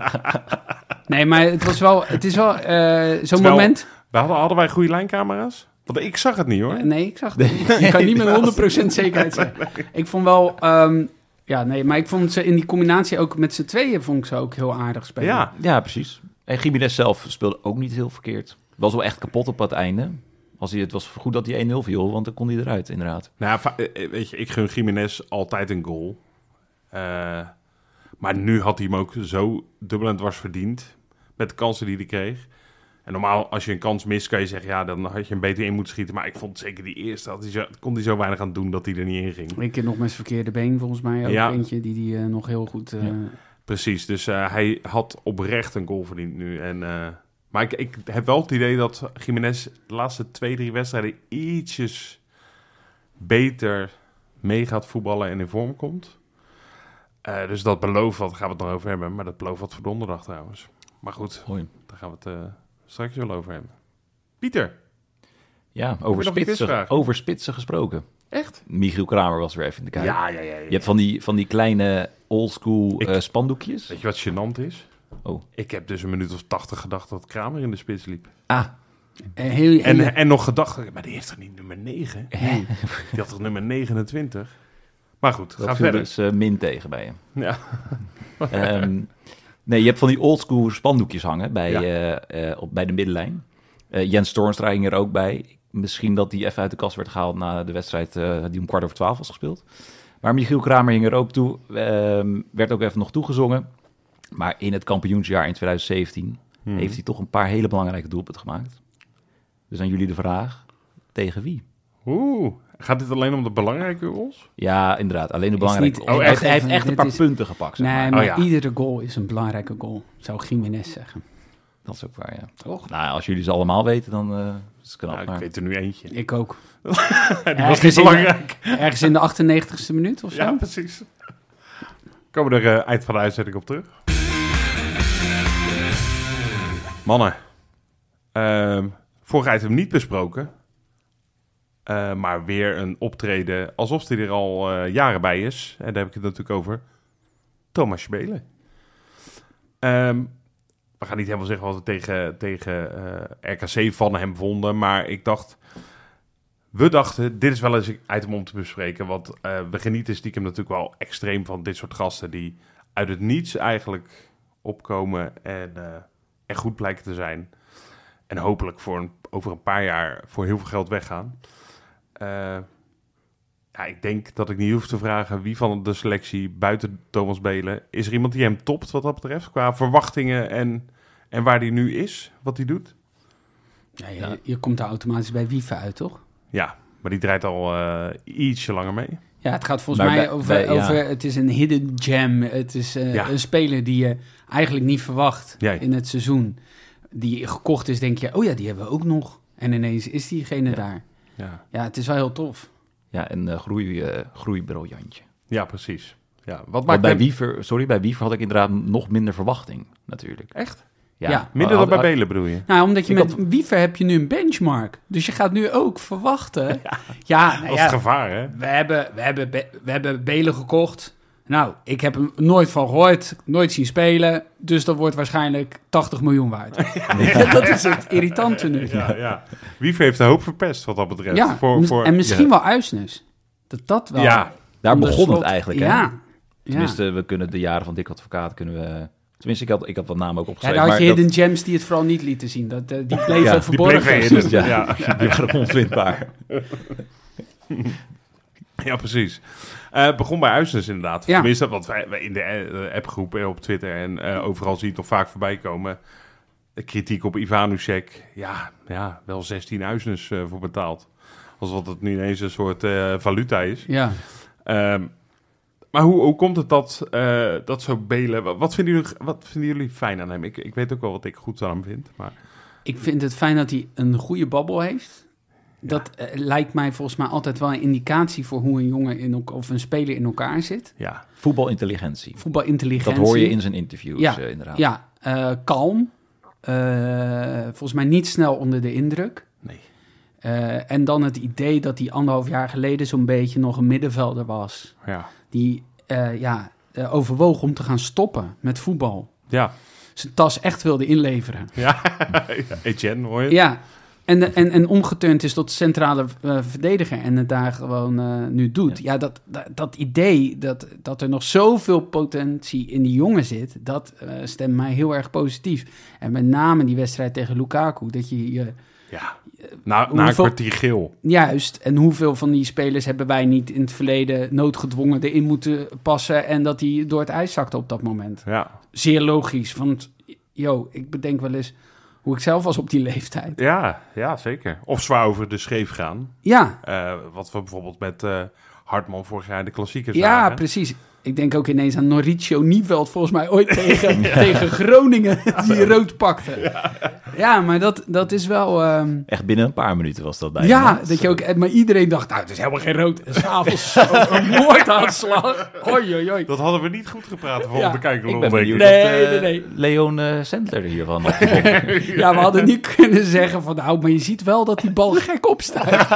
B: <laughs> nee, maar het was wel... Het is wel eh, zo'n
A: Terwijl-
B: moment...
A: We hadden, hadden wij goede lijncamera's? Want ik zag het niet hoor.
B: Nee, <laughs> ik zag het niet. Je kan niet met 100% zekerheid zeggen. Ik vond wel... ehm, ja, nee, maar ik vond ze in die combinatie ook met z'n tweeën... vond ik ze ook heel aardig spelen.
A: ja,
C: Ja, precies. En Jiménez zelf speelde ook niet heel verkeerd. Was wel echt kapot op het einde. Als hij, het was goed dat hij 1-0 viel, want dan kon hij eruit, inderdaad.
A: nou ja, va- eh, eh, weet je, ik gun Jiménez altijd een goal. Eh, maar nu had hij hem ook zo dubbel en dwars verdiend. Met de kansen die hij kreeg. En normaal, als je een kans mist, kan je zeggen, ja, dan had je hem beter in moeten schieten. Maar ik vond zeker die eerste, had hij zo, kon hij zo weinig aan doen dat hij er niet in ging.
B: Een keer nog met zijn verkeerde been, volgens mij. Ook
A: Ja.
B: eentje die die eh, nog heel goed... eh,
A: Precies, dus eh, hij had oprecht een goal verdiend nu. En, eh, maar ik, ik heb wel het idee dat Jiménez de laatste twee, drie wedstrijden ietsjes beter mee gaat voetballen en in vorm komt. Eh, dus dat beloof, wat gaan we het nog over hebben. Maar dat beloof wat voor donderdag trouwens. Maar goed,
C: Hoi.
A: daar gaan we het eh, straks wel over hebben. Pieter,
C: Ja,
A: je
C: over
A: nog een
C: spitsen,
A: quizvraag?
C: over spitsen gesproken.
A: echt?
C: Michiel Kramer was weer even in de kijker.
A: Ja, ja, ja. ja.
C: Je hebt van die, van die kleine oldschool
A: Ik-
C: eh spandoekjes.
A: Weet je wat gênant is?
C: Oh.
A: Ik heb dus een minuut of tachtig gedacht dat Kramer in de spits liep.
C: Ah,
B: eh, heel,
A: En,
B: heel-
A: en, nog gedacht, maar die heeft toch niet nummer 9? Die had toch nummer 29? Maar goed,
C: dat
A: ga
C: viel
A: verder.
C: dus eh, min tegen bij hem.
A: Ja.
C: <laughs> Ehm, nee, je hebt van die oldschool spandoekjes hangen bij,
A: Ja.
C: eh, eh, op, bij de middenlijn. Eh, Jens Toornstra ging er ook bij. Misschien dat die even uit de kast werd gehaald na de wedstrijd eh, die om kwart over twaalf was gespeeld. Maar Michiel Kramer hing er ook toe. Ehm, werd ook even nog toegezongen. Maar in het kampioensjaar in 2017
A: Hmm.
C: heeft hij toch een paar hele belangrijke doelpunten gemaakt. Dus aan jullie de vraag, tegen wie?
A: Oeh, gaat dit alleen om de belangrijke goals?
C: Ja, inderdaad. Alleen de belangrijke.
B: niet-
C: hij,
A: Oh,
C: heeft-
A: echt?
C: hij heeft echt
B: Dit
C: een paar
B: is-
C: punten gepakt. Zeg maar.
B: nee, maar
A: Oh ja.
B: iedere goal is een belangrijke goal, zou Jiménez zeggen.
C: Dat is ook waar, ja.
B: Toch?
C: Nou, als jullie ze allemaal weten, dan eh, is het knap.
A: Nou, ik
C: maar-
A: weet er nu eentje. <laughs>
B: Ik ook.
A: Die was niet
B: ergens in-
A: belangrijk.
B: Ergens in de 98ste minuut of zo.
A: Ja, precies. Komen we er eh, eind van de uitzending op terug. Mannen, ehm vorige item niet besproken. Eh, maar weer een optreden alsof hij er al eh, jaren bij is. En daar heb ik het natuurlijk over. Thomas Schmelen. Ehm, we gaan niet helemaal zeggen wat we tegen, tegen eh, RKC van hem vonden. Maar ik dacht. We dachten, dit is wel eens een item om te bespreken. Want eh, we genieten stiekem natuurlijk wel extreem van dit soort gasten. die uit het niets eigenlijk opkomen en, eh, en goed blijken te zijn. En hopelijk voor een, over een paar jaar voor heel veel geld weggaan. Eh, ja, ik denk dat ik niet hoef te vragen wie van de selectie buiten Thomas Belen. Is er iemand die hem topt wat dat betreft? Qua verwachtingen en, en waar hij nu is, wat hij doet?
B: Ja, je, je komt daar automatisch bij Wieven uit, toch?
A: Ja, maar die draait al eh, ietsje langer mee.
B: Ja, het gaat volgens
C: Maar
B: mij
C: bij-
B: over,
C: bij- ja.
B: over... Het is een hidden gem. Het is eh,
A: Ja.
B: een speler die je eigenlijk niet verwacht
A: Ja.
B: in het seizoen. Die gekocht is, denk je, oh ja, die hebben we ook nog. En ineens is diegene daar.
A: Ja.
B: Ja, het is wel heel tof.
C: Ja, een eh, groei, eh groeibriljantje.
A: Ja, precies. Ja, wat
C: Maar
A: maakt
C: bij
A: hem-
C: Wiever, sorry, bij Wiever had ik inderdaad nog minder verwachting natuurlijk.
A: Echt?
C: Ja,
B: Ja.
A: Minder dan
C: Had-
A: bij
C: had-
A: Belen bedoel je?
B: Nou, omdat je
C: Ik
B: met
C: had-
B: Wiever heb je nu een benchmark. Dus je gaat nu ook verwachten. Ja, nou
A: Dat is
B: ja,
A: het gevaar, hè?
B: we, hebben, we, hebben, Be- we hebben Belen gekocht. Nou, ik heb hem nooit van gehoord, nooit zien spelen. Dus dat wordt waarschijnlijk 80 miljoen waard. dat is het irritante nu. Ja,
A: Ja, ja. Wiever heeft de hoop verpest wat dat betreft. voor,
B: mis-
A: voor...
B: en misschien
C: ja.
B: wel Uisnes. Dat dat wel...
A: Ja,
C: Daar
B: onder
C: begon het
B: slot-
C: eigenlijk, hè?
B: Ja. ja.
C: Tenminste, we kunnen de jaren van Dick Advocaat kunnen we... Tenminste, ik had, ik had dat naam ook
B: Ja,
C: opgeschreven.
B: daar had je
A: <laughs>
C: maar
B: hidden gems die het vooral niet lieten zien. Dat, eh, die bleef
C: Ja,
B: ook
A: die
B: verborgen.
A: bleef hidden.
C: Ja.
A: dus, Ja. <laughs>
C: dat, die waren onvindbaar.
A: Ja, precies. Eh, het begon bij Uisnes inderdaad.
B: Ja.
A: Tenminste, want wij, wij in de eh, appgroep en op Twitter en eh, overal zie je het nog vaak voorbij komen. De kritiek op Ivanusek. Ja, ja wel 16 Uisnes eh, voor betaald. Alsof dat nu ineens een soort eh, valuta is.
B: Ja.
A: Ehm, maar hoe, hoe komt het dat, eh, dat zo Belen... wa- Wat vinden, jullie, wat vinden jullie fijn aan hem? Ik, ik weet ook wel wat ik goed aan hem vind. Maar
B: Ik vind het fijn dat hij een goede babbel heeft. Dat eh, lijkt mij volgens mij altijd wel een indicatie voor hoe een jongen in elk- of een speler in elkaar zit.
A: ja,
C: Voetbalintelligentie. Dat
B: Voetbalintelligentie.
C: hoor je in zijn interviews
B: Ja,
C: eh, inderdaad.
B: Ja, eh, kalm. Eh, volgens mij niet snel onder de indruk.
A: nee.
B: Eh, en dan het idee dat hij anderhalf jaar geleden zo'n beetje nog een middenvelder was.
A: Ja.
B: Die eh, ja, eh, overwoog om te gaan stoppen met voetbal.
A: Ja.
B: Zijn tas echt wilde inleveren.
A: ja. Etienne, hoor je? het?
B: Ja, en, en, en omgeturnd is tot centrale eh, verdediger en het daar gewoon eh, nu doet. Ja, dat, dat, dat idee dat, dat er nog zoveel potentie in die jongen zit, dat eh, stemt mij heel erg positief. En met name die wedstrijd tegen Lukaku, dat je je
A: Ja. Na, na een
B: Hoeveel-
A: kwartier geel.
B: juist, en hoeveel van die spelers hebben wij niet in het verleden noodgedwongen erin moeten passen en dat die door het ijs zakte op dat moment.
A: Ja.
B: Zeer logisch, want yo, ik bedenk wel eens hoe ik zelf was op die leeftijd.
A: Ja, ja, zeker. Of zwaar over de scheef gaan.
B: Ja,
A: Eh, wat we bijvoorbeeld met eh, Hartman vorig jaar in de klassieker
B: Ja,
A: zagen.
B: precies. Ik denk ook ineens aan Mauricio Nieveld, volgens mij ooit <laughs> tegen, tegen Groningen, die rood pakte. Ja, maar dat, dat is wel... ehm,
C: Echt binnen een paar minuten was dat bij
B: ja, dat je ook... eh, Maar iedereen dacht, nou, het is helemaal geen rood. En s'avonds zo'n een moordaanslag. Oei, oei, oei.
A: Dat hadden we niet goed gepraat voor
B: Ja,
A: de kijker.
C: Ik ben benieuwd
B: Nee,
C: wat,
B: nee,
C: eh,
B: nee.
C: Leon eh, Sendler
B: <laughs>
C: hiervan had gevonden.
B: Ja, we hadden niet kunnen zeggen van, nou, maar je ziet wel dat die bal gek opstijgt.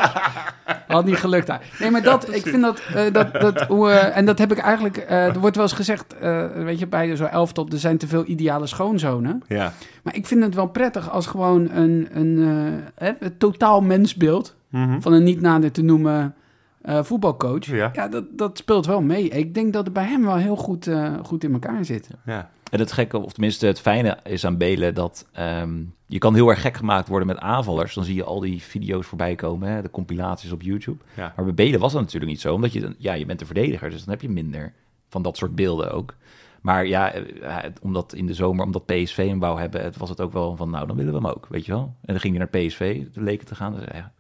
B: Had niet gelukt daar. Nee, maar dat, ik vind dat, eh, dat, dat hoe, eh, en dat heb ik eigenlijk, eh, er wordt wel eens gezegd, eh, weet je, bij zo'n elftal, er zijn te veel ideale schoonzonen.
A: Ja,
B: Maar ik vind het wel prettig als gewoon een, een, eh, hè, het totaal mensbeeld
A: Mhm.
B: van een niet nader te noemen eh, voetbalcoach.
A: Ja.
B: dat, dat speelt wel mee. Ik denk dat het bij hem wel heel goed, eh, goed in elkaar zit.
A: ja.
C: En het gekke, of tenminste het fijne is aan Belen dat ehm, je kan heel erg gek gemaakt worden met aanvallers. Dan zie je al die video's voorbij komen, hè, de compilaties op YouTube.
A: Ja.
C: Maar bij Belen was dat natuurlijk niet zo, omdat je, dan- ja, je bent een verdediger, dus dan heb je minder van dat soort beelden ook. Maar ja, eh, eh, omdat in de zomer, omdat PSV een wou hebben, het was het ook wel van, nou, dan willen we hem ook, weet je wel. En dan ging hij naar PSV, toen leek het te gaan, dus ja,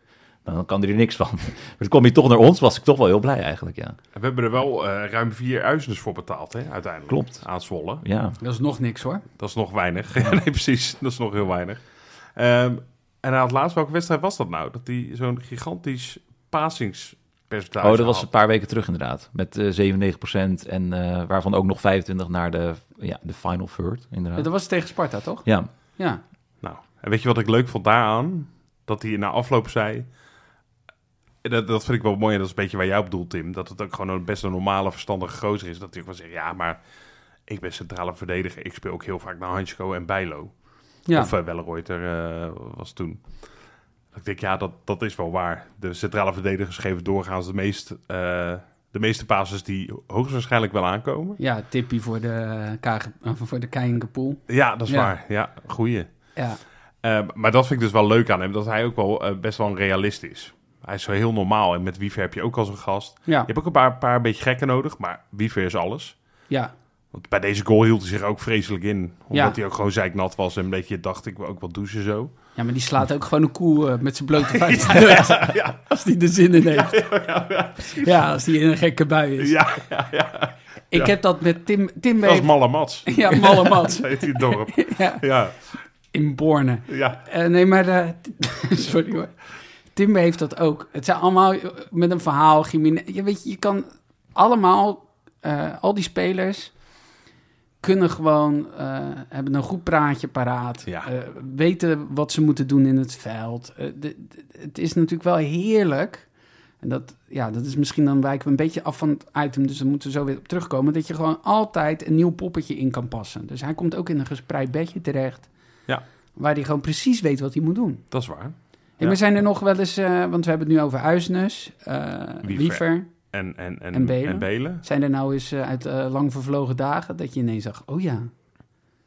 C: dan kan hij er niks van. <laughs> Maar toen kwam hij toch naar ons, was ik toch wel heel blij eigenlijk, ja.
A: En We hebben er wel eh, ruim vier uizens voor betaald, hè, uiteindelijk.
C: Klopt.
A: Aan Zwolle.
C: Ja,
B: Dat is nog niks hoor.
A: Dat is nog weinig. <laughs> Ja, nee, precies. Dat is nog heel weinig. Ehm, en aan het laatst, welke wedstrijd was dat nou? Dat hij zo'n gigantisch pasingspercentage
C: Oh, dat was
A: had.
C: een paar weken terug inderdaad. Met eh 97% en eh, waarvan ook nog 25 naar de, ja, de final third
B: Ja,
C: inderdaad.
B: dat was tegen Sparta, toch?
C: Ja,
B: Ja.
A: Nou, en weet je wat ik leuk vond daaraan? Dat hij na afloop zei... en Dat, dat vind ik wel mooi en dat is een beetje waar jij op doelt, Tim. Dat het ook gewoon een best een normale, verstandige gozer is. Dat hij ook wel zegt, ja, maar ik ben centrale verdediger. Ik speel ook heel vaak naar Hansko en Bijlo.
B: Ja.
A: Of uh, Welleroyter eh, was toen. Ik denk, ja, dat, dat is wel waar. De centrale verdedigers geven doorgaans de, meest, eh, de meeste passes die hoogstwaarschijnlijk wel aankomen.
B: ja, tippie voor de, KG eh, voor de Keijenkepoel.
A: Ja, dat is
B: Ja.
A: waar. Ja, goeie.
B: Ja.
A: Eh, maar dat vind ik dus wel leuk aan hem, dat hij ook wel eh, best wel een realist is. Hij is zo heel normaal en met Wiever heb je ook al zo'n gast.
B: Ja.
A: Je hebt ook een paar, paar beetje gekken nodig, maar Wiever is alles.
B: ja.
A: Want bij deze goal hield hij zich ook vreselijk in. Omdat
B: Ja.
A: hij ook gewoon zeiknat was en een beetje dacht ik wil ook wel douchen zo.
B: Ja, maar die slaat ook gewoon een koe eh, met
A: <laughs>
B: zijn blote vuist. <laughs> Als die er zin in heeft. Ja, als die in een gekke bui is.
A: Ja, ja, ja.
B: Ik heb dat met Tim... Tim
A: dat is
B: heeft-
A: malle mats. <laughs>
B: Ja, <laughs> Malle Mats.
A: heet die <laughs> dorp.
B: Ja,
A: Ja,
B: in Borne.
A: ja.
B: Eh, nee, maar... eh, <laughs> sorry hoor. Timber heeft dat ook. Het zijn allemaal eh, met een verhaal. Jimine, je weet, je kan allemaal, eh, al die spelers kunnen gewoon, eh, hebben een goed praatje paraat.
A: Ja.
B: eh, weten wat ze moeten doen in het veld. Eh, de- de- het is natuurlijk wel heerlijk. En dat, ja, dat is misschien dan wijken we een beetje af van het item, dus daar moeten we zo weer op terugkomen. Dat je gewoon altijd een nieuw poppetje in kan passen. Dus hij komt ook in een gespreid bedje terecht.
A: Ja.
B: Waar hij gewoon precies weet wat hij moet doen.
A: Dat is waar.
B: Hey,
A: Ja.
B: Maar zijn er nog wel eens, eh, want we hebben het nu over Huisnes, eh,
A: Wiever.
B: Liever.
A: En, en, en,
B: En Belen?
A: En Belen.
B: Zijn er nou eens eh, uit eh, lang vervlogen dagen dat je ineens zag, oh ja,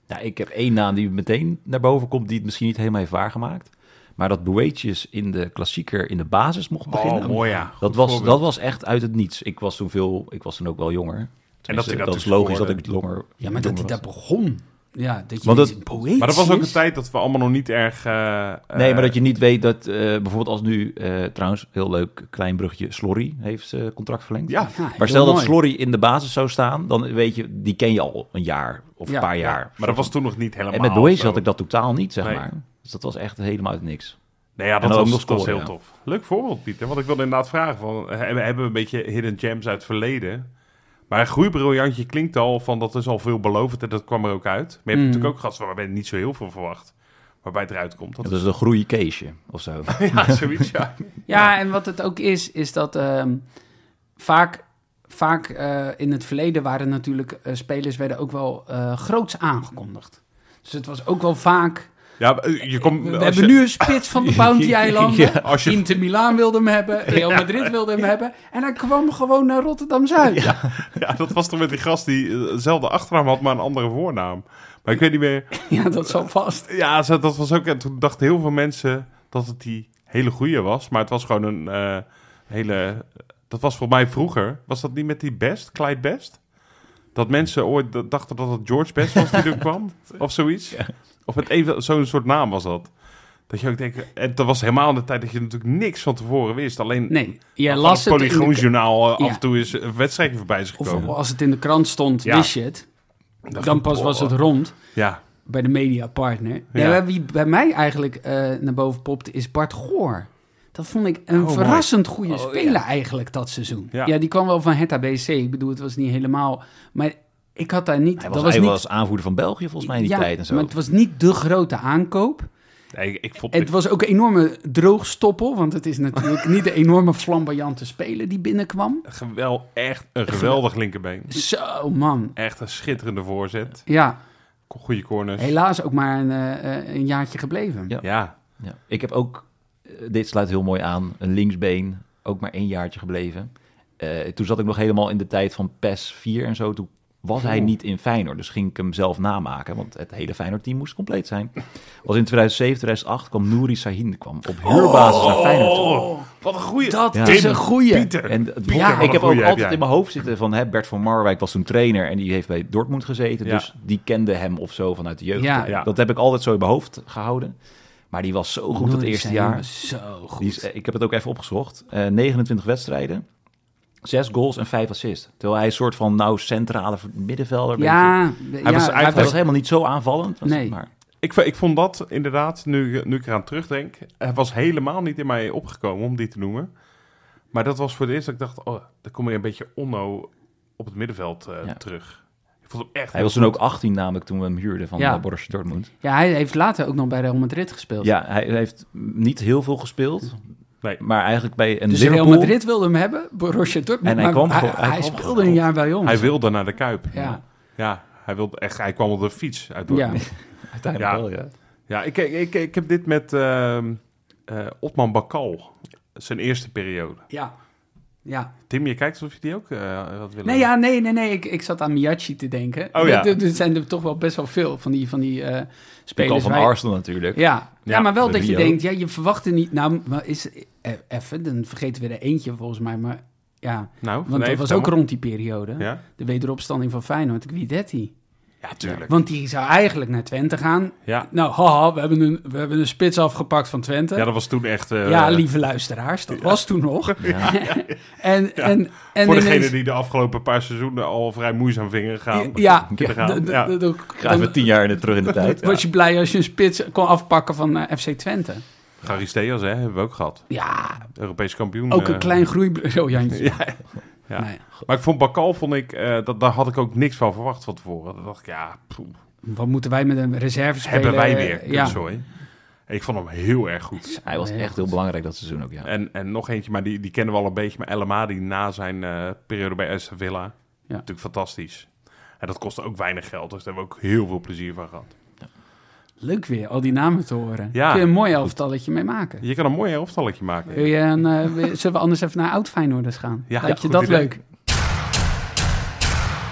C: Nou, ik heb één naam die meteen naar boven komt, die het misschien niet helemaal heeft waargemaakt. Maar dat Boetjes in de klassieker in de basis mocht beginnen.
A: Oh, mooi ja. Goed
C: dat, was,
A: voorbeeld.
C: dat was echt uit het niets. Ik was toen veel, ik was toen ook wel jonger. eh,
A: En dat hij dat
C: dat
A: dus
C: is logisch
A: scoorde.
C: dat ik jonger.
B: ja maar dat hij
C: jonger
B: daar
C: was.
B: begon. Ja, dat je
C: Want
B: ineens
C: dat-
B: een poëet
A: Maar dat was ook een
B: is.
A: tijd dat we allemaal nog niet erg... eh, eh,
C: Nee, maar dat je niet weet dat eh, bijvoorbeeld als nu, eh, trouwens, heel leuk, klein brugje, Slorry heeft eh, contract verlengd.
A: Ja,
B: Ja, heel
C: Maar stel dat
B: mooi.
C: Slorry in de basis zou staan, dan weet je, die ken je al een jaar of
B: Ja,
C: een paar
B: ja.
C: jaar.
A: maar dat was toen nog niet helemaal
C: en met Boetjes
A: zo.
C: had ik dat totaal niet, zeg
A: Nee.
C: maar. Dus dat was echt helemaal uit niks.
A: Nee, ja, dat
C: dan
A: was,
C: ook nog
A: dat was
C: scoren,
A: heel tof. Leuk voorbeeld, Pieter. Want ik wilde inderdaad vragen, van, eh, hebben hebben we een beetje hidden gems uit het verleden? Maar groeibriljantje klinkt al van dat is al veel belovend en dat kwam er ook uit. Maar je hebt
B: Mm.
A: natuurlijk ook gasten waarbij je niet zo heel veel verwacht. Waarbij het eruit komt. Dat
C: Dat is een groeikeesje of
B: <laughs>
C: zo.
A: <laughs> ja, zoiets, ja.
B: Ja, en wat het ook is, is dat ehm, vaak, vaak eh, in het verleden waren natuurlijk eh, spelers werden ook wel eh, groots aangekondigd. Dus het was ook wel vaak.
A: ja maar, eh, je komt,
B: We
A: als
B: hebben
A: je-
B: nu een spits
A: <laughs>
B: van de Bounty-eilanden.
C: Ja,
A: als je-
B: Inter Milaan wilde hem
A: <laughs>
B: hebben. Real Madrid wilde hem hebben. En hij kwam gewoon naar Rotterdam-Zuid.
A: <laughs> Ja, dat was toch met die gast die eh, dezelfde achternaam had, maar een andere voornaam. Maar ik weet niet meer...
B: <laughs> Ja, dat zal vast.
A: Ja, zo- dat was ook. En toen dachten heel veel mensen dat het die hele goeie was. Maar het was gewoon een eh, hele. Dat was voor mij vroeger. Was dat niet met die best, Clyde Best? Dat mensen ooit d- dachten dat het George Best was
B: <laughs>
A: die er kwam? Of zoiets? Of met even zo'n soort naam was dat. Dat je ook denkt. En dat was helemaal in de tijd dat je natuurlijk niks van tevoren wist. Alleen.
B: Nee, jij
A: van
B: las
A: het
B: het. in de-
A: Polygoonjournaal eh,
B: Ja.
A: af en toe is een wedstrijdje voorbij is
B: Of
A: gekomen.
B: als het in de krant stond,
A: Ja.
B: wist je het.
A: dacht
B: Dan
A: ik,
B: pas
A: boah.
B: was het rond.
A: Ja.
B: bij de mediapartner.
A: Ja.
B: Ja. wie bij mij eigenlijk eh, naar boven popte is Bart Goor. Dat vond ik een
A: Oh, mooi.
B: verrassend goede speler eigenlijk dat seizoen.
A: Ja.
B: Ja. die kwam wel van het BC. Ik bedoel, het was niet helemaal... Maar ik had daar niet...
C: Hij was,
B: dat was
C: hij
B: niet,
C: was aanvoerder van België volgens mij in die
B: Ja,
C: tijd en zo.
B: Maar het was niet de grote aankoop.
A: Nee, ik, ik vond
B: Het was ook een enorme droogstoppel. Want het is
C: <laughs>
B: natuurlijk niet de enorme flamboyante speler die binnenkwam.
A: gewel, echt een geweldig linkerbeen.
B: Zo, man.
A: Echt een schitterende voorzet.
B: Ja,
A: Goede corners.
B: helaas ook maar een, eh, eh, een jaartje gebleven.
C: Ja.
A: Ja.
C: Ja. Ik heb ook, eh, dit sluit heel mooi aan, een linksbeen, ook maar één jaartje gebleven. Eh, toen zat ik nog helemaal in de tijd van PES 4 en zo. Toen was hij niet in Feyenoord, dus ging ik hem zelf namaken. Want het hele Feyenoord-team moest compleet zijn. Was in 2007, 2008 kwam Nouri Sahin kwam op huurbasis naar Feyenoord. toe.
A: Oh, wat een goeie.
B: Dat
C: Ja.
B: is een goeie.
A: Pieter.
C: En het-
A: Pieter, wat
C: ja,
A: een
C: ik heb ook
A: goeie
C: altijd
A: jij.
C: in mijn hoofd zitten van hè, Bert van Marwijk was toen trainer en die heeft bij Dortmund gezeten.
A: Ja.
C: Dus die kende hem of zo vanuit de jeugd.
B: Ja.
A: Ja.
C: Dat heb ik altijd zo in mijn hoofd gehouden. Maar die was zo goed het
B: Nooit
C: eerste
B: zijn,
C: jaar.
B: jongen, Zo goed.
C: Die is, eh, ik heb het ook even opgezocht. Eh, 29 wedstrijden, 6 goals en 5 assists. Terwijl hij een soort van nou centrale middenvelder. een beetje-
B: Ja, hij ja,
A: was
B: hij
C: Hij
A: eigenlijk-
C: was helemaal niet zo aanvallend. was
B: Nee.
C: het Maar,
A: Ik, v- ik vond dat inderdaad, nu, nu ik eraan terugdenk, het was helemaal niet in mij opgekomen om die te noemen. Maar dat was voor het eerst dat ik dacht, oh, daar kom je een beetje onno op het middenveld eh,
C: Ja.
A: terug. Ik vond hem echt...
C: hij was toen ook 18 namelijk toen we hem huurden van
B: Ja.
C: eh, Borussia Dortmund.
B: Ja, hij heeft later ook nog bij Real Madrid gespeeld.
C: Ja, hij heeft niet heel veel gespeeld.
A: Nee.
C: Maar eigenlijk bij een
B: dus
C: Liverpool...
B: Real Madrid wilde hem hebben, Borussia Dortmund.
C: En hij
B: maar
C: kwam
B: hij,
C: gewoon- hij
B: hij
C: kwam
B: speelde
C: gewoon.
B: een jaar bij ons.
A: Hij wilde naar de Kuip.
B: Ja.
A: Ja, hij, wilde echt, hij kwam op de fiets uit
B: Ja.
A: Dortmund.
C: Uiteindelijk
A: Ja.
C: wel, ja.
A: Ja, ik, ik, ik, ik heb dit met ehm eh, Otman Bakal, zijn eerste periode.
B: ja. Ja.
A: Tim, je kijkt alsof je die ook eh had willen...
B: Nee, ja, nee, nee, nee. Ik, ik zat aan Miyachi te denken.
A: Oh ja.
B: Er, er zijn er toch wel best wel veel van die, van die eh,
C: Die kwam
B: spelers.
C: van
B: waar-
C: Arsenal natuurlijk.
B: Ja. Ja,
A: Ja,
B: maar wel
C: de
B: dat je
C: Rio.
B: denkt, ja, je verwacht er niet... Nou, maar is, eh, even, dan vergeten we er eentje volgens mij. Maar ja,
A: Nou,
B: want
A: nee,
B: dat was
A: vertel
B: ook
A: maar.
B: rond die periode.
A: Ja?
B: De wederopstanding van Feyenoord. Ik weet dat die.
A: Ja, tuurlijk.
B: Want die zou eigenlijk naar Twente gaan.
A: Ja.
B: Nou, haha, we hebben een, we hebben een spits afgepakt van Twente.
A: Ja, dat was toen echt... eh,
B: Ja, lieve luisteraars, dat was toen nog. <laughs> en, en, en
A: voor degene
B: ineens-
A: die de afgelopen paar seizoenen al vrij moeizaam vingen gaan. <laughs>
B: Ja,
A: te gaan.
B: d- d-
A: Ja.
B: d- d- <laughs>
C: Graven tien jaar in de- terug in de tijd.
B: was je blij als je een spits kon afpakken van eh, FC Twente.
A: Charisteas, hè, hebben we ook gehad.
B: Ja,
A: Europees kampioen.
B: ook een
A: eh,
B: klein <laughs> groeibloem. Oh, Jantje.
A: Ja, ja.
B: Nee,
A: Maar ik vond Bakal, vond ik, eh, dat, daar had ik ook niks van verwacht van tevoren. Dan dacht ik, ja, poeh,
B: wat moeten wij met een reserve spelen?
A: hebben wij weer.
B: Ja.
A: Sorry. Ik vond hem heel erg goed.
C: Hij was
B: Nee,
C: echt heel belangrijk dat seizoen ook, ja.
A: En, en nog eentje, maar die, die kennen we al een beetje. Maar El Amadi na zijn eh, periode bij Aston Villa. Natuurlijk fantastisch. En dat kostte ook weinig geld, dus daar hebben we ook heel veel plezier van gehad.
B: Leuk weer, al die namen te horen.
A: Ja.
B: Kun je een mooi elftalletje mee maken.
A: Je kan een mooi elftalletje maken.
B: Wil je een, eh, wil- zullen we anders even naar oud Feyenoorders gaan?
A: Ja,
B: Lijkt je
A: goed
B: dat
A: idee.
B: leuk?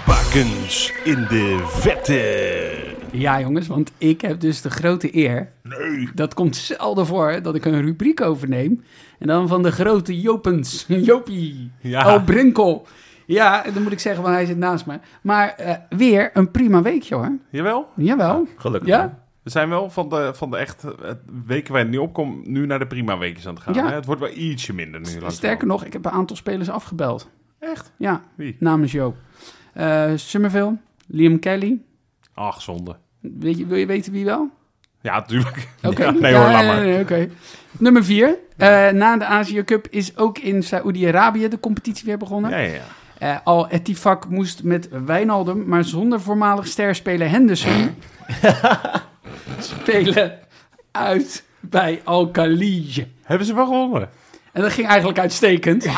A: Bakens in de vette.
B: Ja, jongens, want ik heb dus de grote eer. Nee. Dat komt zelden voor dat ik een rubriek overneem. En dan van de grote Jopens. <laughs> Jopie.
A: Ja.
B: Oh, Brinkel. Ja, en dan moet ik zeggen, want hij zit naast me. Maar eh, weer een prima weekje hoor.
A: Jawel,
B: Jawel.
C: Gelukkig.
B: Ja?
C: wel.
A: we zijn wel van de, van de echt eh, weken waar het niet opkomt, nu naar de prima weekjes aan het gaan.
B: Ja.
A: hè? Het wordt wel ietsje minder nu.
B: Sterker nog, ik heb een aantal spelers afgebeld.
A: Echt?
B: Ja,
A: Wie?
B: namens Joop. Eh Summerville, Liam Kelly.
A: Ach, zonde.
B: Weet je, wil je weten wie wel?
A: Ja, tuurlijk. <laughs>
B: Oké.
A: Ja, nee hoor,
B: Ja,
A: laat
B: nee,
A: maar.
B: nee, nee, oké. Nummer vier. Eh, na de Azië Cup is ook in Saoedi-Arabië de competitie weer begonnen.
A: Ja, ja, ja.
B: Eh, al Etifak moest met Wijnaldum, maar zonder voormalig
A: <laughs>
B: sterspeler Henderson spelen uit bij Al Khalij.
A: Hebben ze wel gewonnen?
B: En dat ging eigenlijk uitstekend <laughs>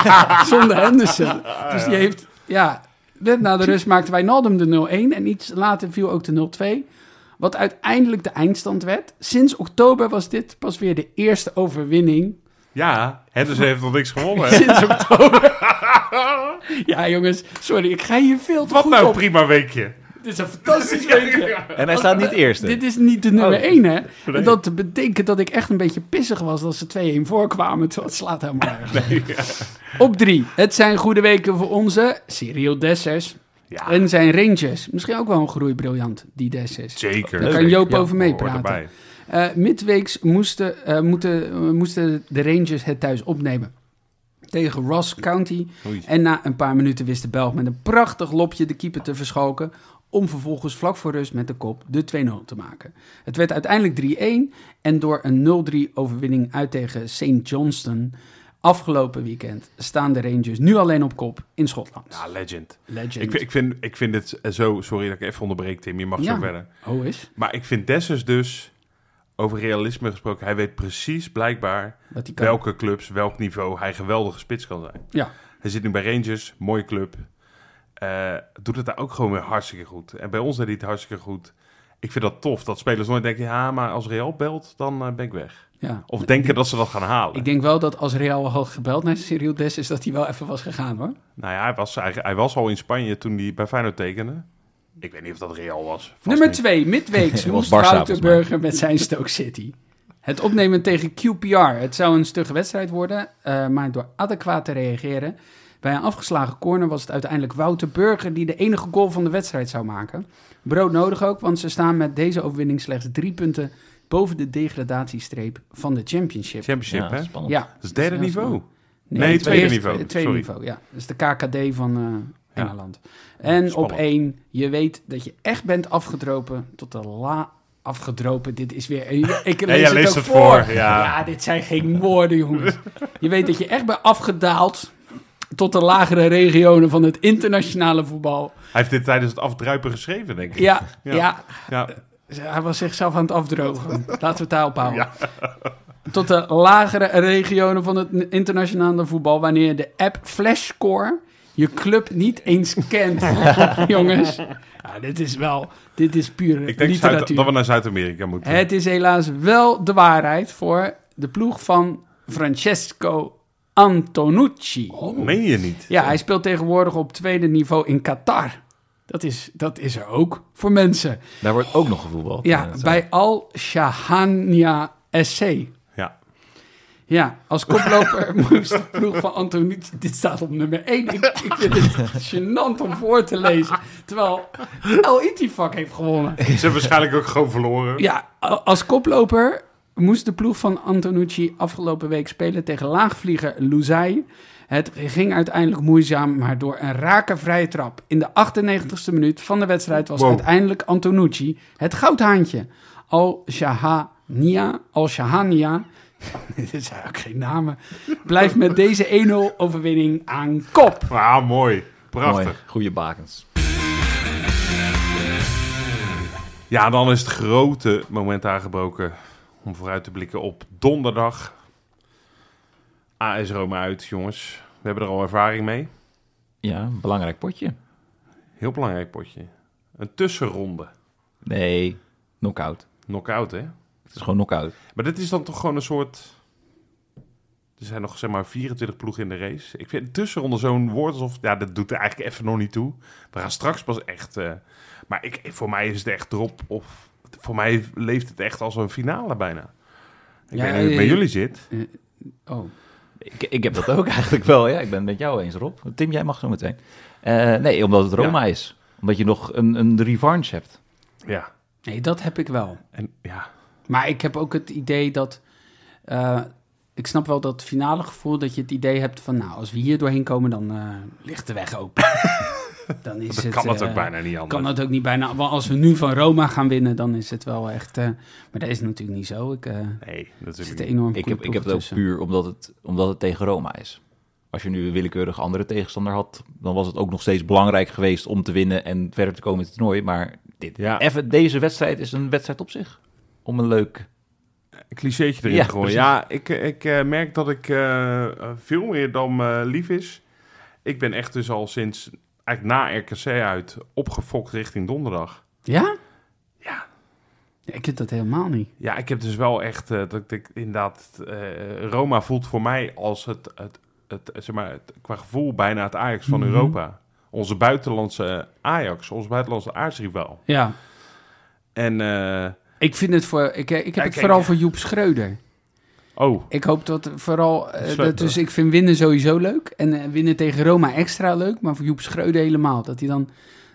B: zonder Henderson. Dus die heeft, ja, net na de rust maakte Wijnaldum de 0-1 en iets later viel ook de 0-2. Wat uiteindelijk de eindstand werd. Sinds oktober was dit pas weer de eerste overwinning
A: Ja, Henderson heeft nog niks gewonnen.
B: <laughs>
A: hè?
B: sinds oktober. ja, jongens, sorry, ik ga hier veel te
A: Wat
B: goed
A: nou,
B: op.
A: prima weekje.
B: Dit is een
A: <laughs>
B: fantastisch weekje.
C: En hij staat niet eerste.
B: Oh, Dit is niet de nummer 1, hè?
A: Oh, Nee.
B: Dat betekent dat ik echt een beetje pissig was als ze 2-1 voorkwamen. Terwijl Het slaat helemaal nergens. op. Op 3. Het zijn goede weken voor onze Cyril Dessers
A: Ja,
B: en zijn Rangers. Misschien ook wel een groeibriljant, die Dessers.
A: zeker.
B: Daar kan
A: Zeker.
B: Joop
C: Ja,
B: over
A: Hoort
B: meepraten.
A: erbij.
B: Eh, midweeks moesten, eh, moeten, eh, moesten de Rangers het thuis opnemen. Tegen Ross County.
A: Oei.
B: En na een paar minuten wist de Belg met een prachtig lopje de keeper te verschalken. Om vervolgens vlak voor rust met de kop de 2-0 te maken. Het werd uiteindelijk 3-1. En door een 0-3 overwinning uit tegen St. Johnston. Afgelopen weekend staan de Rangers nu alleen op kop in Schotland.
A: Ja, legend.
B: Legend.
A: Ik, vind- ik, vind, ik vind het eh, zo... Sorry dat ik even onderbreek, Tim. Je mag
B: Ja.
A: zo verder.
B: Oh, is
A: Maar ik vind Dessers dus... Over realisme gesproken, hij weet precies blijkbaar
B: wat die kan.
A: welke clubs, welk niveau hij geweldige spits kan zijn.
B: Ja.
A: Hij zit nu bij Rangers, mooie club. Eh, doet het daar ook gewoon weer hartstikke goed. En bij ons deed hij het hartstikke goed. Ik vind dat tof, dat spelers nooit denken... ja, maar als Real belt, dan eh, ben ik weg.
B: ja.
A: Of denken dat ze dat gaan halen.
B: Ik denk wel dat als Real had gebeld naar Cyril Dessers, dat hij wel even was gegaan hoor.
A: Nou ja, hij was, hij, hij was al in Spanje toen hij bij Feyenoord tekende. Ik weet niet of dat Real was. Vast
B: Nummer
A: niet. <laughs>
B: 2, midweeks
C: was
B: moest
C: Barca
B: Wouterburger met zijn Stoke City. Het opnemen tegen QPR. Het zou een stugge wedstrijd worden, eh, maar door adequaat te reageren... Bij een afgeslagen corner was het uiteindelijk Wouter Burger die de enige goal van de wedstrijd zou maken. Brood nodig ook, want ze staan met deze overwinning slechts drie punten boven de degradatiestreep van de Championship.
A: Championship,
C: Ja,
A: hè? Dat
C: spannend.
B: ja,
A: is derde
B: Dat is heel
A: niveau.
B: Nee,
A: Nee,
B: het
A: tweede
B: eerste-
A: niveau,
B: het tweede
A: sorry.
B: niveau, ja. Dat is de KKD van eh,
A: Ja.
B: Engeland. En
A: Spannend.
B: op één, je weet dat je echt bent afgedropen tot de la... Afgedropen, dit is weer...
A: <laughs>
B: Ik lees
A: jij
B: het
A: leest
B: ook
A: het
B: voor.
A: voor, ja.
B: dit zijn geen woorden, jongens. Je weet dat je echt bent afgedaald tot de lagere regionen van het internationale voetbal.
A: Hij heeft dit tijdens het afdruipen geschreven, denk ik.
B: Ja,
A: Ja.
B: ja.
A: Ja.
B: hij was zichzelf aan het afdrogen.
A: <laughs>
B: Laten we het daar ophouden. tot de lagere regionen van het internationale voetbal, wanneer de app Flashscore je club niet eens
A: <laughs>
B: kent. Jongens, ja, dit is wel, dit is pure
A: Ik denk Zuid-
B: literatuur.
A: dat we naar Zuid-Amerika moeten.
B: Het is helaas wel de waarheid voor de ploeg van Francesco Antonucci.
A: Meen je niet?
B: Ja, hij speelt tegenwoordig op tweede niveau in Qatar. Dat is, dat is er ook voor mensen.
C: Daar wordt ook nog gevoetbald.
B: Ja,
C: eh,
B: bij Al Shahania SC.
A: Ja.
B: Ja, als koploper moest de ploeg van Antonici... Dit staat op nummer 1. Ik, ik vind het gênant om voor te lezen. Terwijl El Itifak heeft gewonnen.
A: Ze hebben waarschijnlijk ook gewoon verloren.
B: Ja, a- als koploper moest de ploeg van Antonucci afgelopen week spelen tegen laagvlieger Luzai. Het ging uiteindelijk moeizaam, maar door een rake vrije trap in de 98ste minuut van de wedstrijd was
A: Wow.
B: uiteindelijk Antonucci het goudhaantje. Al Shahania, <laughs> Al Shahania Dit zijn ook geen namen. Blijft met deze 1-0 overwinning aan kop.
A: Ah, mooi. Prachtig.
C: Mooi, goede bakens.
A: Ja, dan is het grote moment aangebroken om vooruit te blikken op donderdag. AS Roma uit, jongens. We hebben er al ervaring mee.
C: Ja, een belangrijk potje.
A: Heel belangrijk potje. Een tussenronde.
C: Nee, knock-out.
A: Knockout, hè?
C: Het is gewoon knock-out.
A: Maar dit is dan toch gewoon een soort... Er zijn nog zeg maar 24 ploegen in de race. Ik vind tussenronde zo'n woord alsof... Ja, dat doet er eigenlijk even nog niet toe. We gaan straks pas echt... eh, maar ik, voor mij is het echt drop of... Voor mij leeft het echt als een finale bijna. Ik
B: Ja,
A: weet niet hoe het bij
B: eh,
A: jullie zit.
B: Oh.
C: Ik, ik heb dat ook <laughs> eigenlijk wel, ja. Ik ben het met jou eens, Rob. Tim, jij mag zo meteen. Eh, nee, omdat het Roma is. Omdat je nog een, een revanche hebt.
A: Ja.
B: Nee, dat heb ik wel.
A: En ja...
B: Maar ik heb ook het idee dat... eh, ik snap wel dat finale gevoel dat je het idee hebt van... Nou, als we hier doorheen komen, dan eh, ligt de weg
A: <laughs>
B: open. dan is
A: Dan
B: het,
A: kan dat ook
B: eh,
A: bijna niet anders.
B: Kan dat ook niet bijna. Want als we nu van Roma gaan winnen, dan is het wel echt... eh, maar dat is natuurlijk niet zo. Ik, eh,
A: Nee,
B: er
A: natuurlijk
B: zitten
A: niet.
B: enorm
C: Ik
B: goede
C: heb, ik heb het
B: ploegen
C: ook
B: tussen.
C: puur omdat het, omdat het tegen Roma is. Als je nu een willekeurig andere tegenstander had, dan was het ook nog steeds belangrijk geweest om te winnen en verder te komen in het toernooi. Maar dit,
A: Ja.
C: even, deze wedstrijd is een wedstrijd op zich. Om een leuk.
A: Een clichétje erin
C: Ja,
A: gooien.
C: precies.
A: Ja, ik, ik eh, merk dat ik eh, eh, veel meer dan me lief is. Ik ben echt dus al sinds eigenlijk na RKC uit opgefokt richting donderdag.
B: Ja?
A: Ja.
B: Ja, Ik heb dat helemaal niet.
A: Ja, ik heb dus wel echt eh, dat ik denk, inderdaad eh, Roma voelt voor mij als het, het, het, zeg maar, het- qua gevoel bijna het Ajax van
B: Mhm.
A: Europa. Onze buitenlandse Ajax, onze buitenlandse aardsrivaal.
B: Ja.
A: En eh,
B: Ik vind het voor... Ik, ik heb
A: Kijk, eh,
B: het
A: kijk.
B: vooral voor Joep Schreuder.
A: oh,
B: Ik hoop dat vooral... eh,
A: Schreuder.
B: dat, dus ik vind winnen sowieso leuk. En eh, winnen tegen Roma extra leuk. Maar voor Joep Schreuder helemaal. Dat hij dan...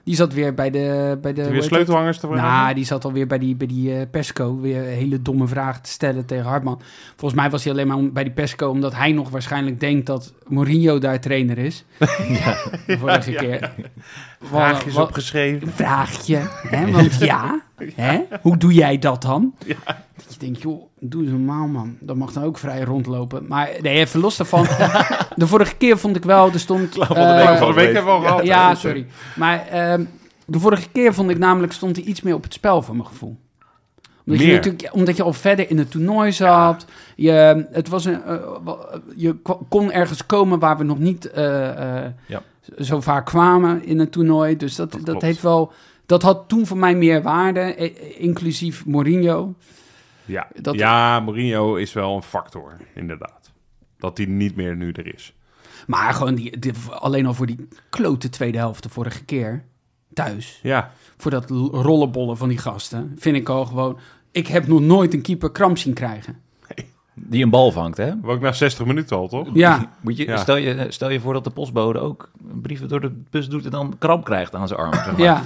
B: Die zat weer bij de... Bij de hoe
A: weer
B: heet dat?
A: sleutelhangers te worden.
B: Nou, die zat alweer bij die, bij die eh, Pesco weer een hele domme vraag te stellen tegen Hartman. Volgens mij was hij alleen maar om- bij die Pesco omdat hij nog waarschijnlijk denkt dat Mourinho daar trainer is. De vorige keer. Wat-
A: Vraagjes
B: wat-
A: opgeschreven.
B: Een vraagje, <laughs> hè? want ja, hè? hoe doe jij dat dan? Dat je denkt, joh, doe eens normaal man, dat mag dan ook vrij rondlopen. Maar nee, even los daarvan. <laughs> de vorige keer vond ik wel, er stond... eh,
A: Klaar van de week hebben we al gehad. hè?
B: ja, sorry. Maar ehm, de vorige keer vond ik namelijk stond hij iets meer op het spel voor mijn gevoel. Omdat, Je,
A: Meer?
B: natuurlijk, omdat je al verder in het toernooi zat. Je, het was een, eh, wa- je kwa- kon ergens komen waar we nog niet eh, eh,
C: Ja.
B: zo vaak kwamen in het toernooi. Dus dat, dat,
A: klopt.
B: heeft wel. Dat had toen voor mij meer waarde, eh, eh, inclusief Mourinho.
A: Ja,
B: Dat-
A: ja Mourinho is wel een factor, inderdaad. Dat hij niet meer nu er is.
B: Maar gewoon die, die- alleen al voor die klote tweede helft de vorige keer thuis.
A: Ja,
B: voor dat l- rollenbollen van die gasten. Vind ik al gewoon. Ik heb nog nooit een keeper kramp zien krijgen.
C: Die een bal vangt, hè?
A: we ook na 60 minuten al, toch?
B: Ja,
C: <laughs> Moet je,
A: Ja.
C: stel, je, stel je voor dat de postbode ook brieven door de bus doet en dan kramp krijgt aan zijn arm. zeg maar.
B: ja.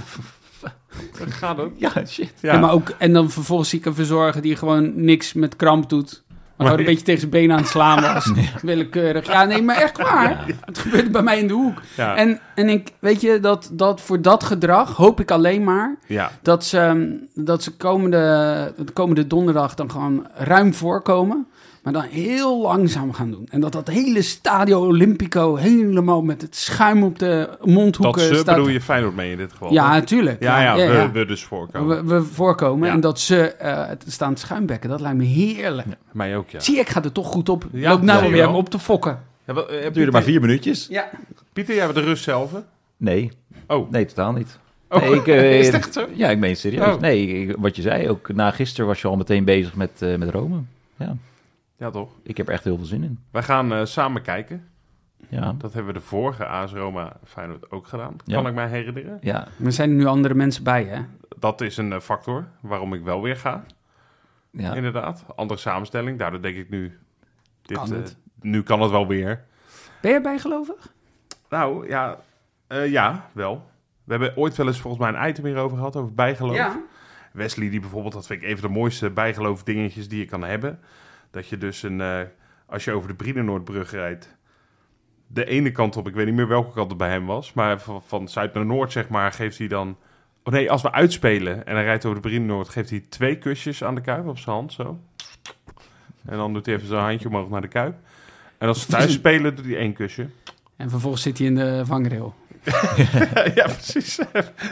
A: Gaat ook.
C: ja, shit.
A: Ja,
B: En, maar ook, en dan vervolgens zie ik een verzorger die gewoon niks met kramp doet. Maar gewoon een beetje tegen zijn benen aan het slaan was. Willekeurig. <laughs> Ja, nee, maar echt waar. Het gebeurt bij mij in de hoek.
A: ja,
B: En, en ik, weet je, dat, dat voor dat gedrag hoop ik alleen maar
A: ja,
B: dat ze, ehm, dat ze komende, de komende donderdag dan gewoon ruim voorkomen. Maar dan heel langzaam gaan doen. En dat dat hele Stadio Olimpico helemaal met het schuim op de
A: dat
B: mondhoeken
A: ze
B: staat.
A: bedoel je Feyenoord mee in dit geval.
B: Ja,
A: toch?
B: natuurlijk.
A: ja, ja,
B: ja,
A: we,
B: ja.
A: we dus voorkomen.
B: We, we voorkomen.
A: Ja.
B: En dat ze eh, het staan te schuimbekken. Dat lijkt me heerlijk.
A: Mij ook, ja.
B: Zie je, ik ga er toch goed op.
A: Ja,
B: Loop nou
A: zie je
B: weer
A: wel.
B: op te fokken.
A: ja wel, eh,
C: Duurde
A: Pieter,
C: maar vier minuutjes.
B: Ja.
A: Pieter, jij hebt de rust zelf, hè?
C: Nee,
A: Oh,
C: nee, totaal niet.
A: oh.
C: Nee, ik, eh,
A: is het echt zo?
C: Ja, ik meen het serieus.
A: Oh.
C: Nee, ik- wat je zei, ook na gisteren was je al meteen bezig met, eh, met Rome. Ja,
A: Ja, toch?
C: ik heb er echt heel veel zin in.
A: Wij gaan eh, samen kijken.
C: Ja,
A: Dat hebben we de vorige AS Roma Feyenoord ook gedaan.
C: Ja.
A: Kan ik mij herinneren.
C: ja.
B: Er zijn nu andere mensen bij, hè?
A: Dat is een eh, factor waarom ik wel weer ga.
C: ja.
A: Inderdaad. Andere samenstelling. Daardoor denk ik nu... Dit,
B: Kan
A: eh,
B: het.
A: nu kan het wel weer.
B: Ben jij bijgelovig?
A: Nou, ja, eh, ja, wel. We hebben ooit wel eens volgens mij een item hierover gehad, over bijgeloof. Wesley die bijvoorbeeld, dat vind ik een van de mooiste bijgeloof dingetjes die je kan hebben. Dat je dus een, eh, als je over de Brienenoordbrug rijdt, de ene kant op, ik weet niet meer welke kant het bij hem was, maar van, van zuid naar noord zeg maar, geeft hij dan... Oh nee, als we uitspelen en hij rijdt over de Brienenoord, geeft hij twee kusjes aan de kuip op zijn hand, zo. En dan doet hij even zijn handje omhoog naar de kuip. En als ze thuis spelen, doet hij één kusje.
B: En vervolgens zit hij in de vangrail.
A: <laughs> ja, precies.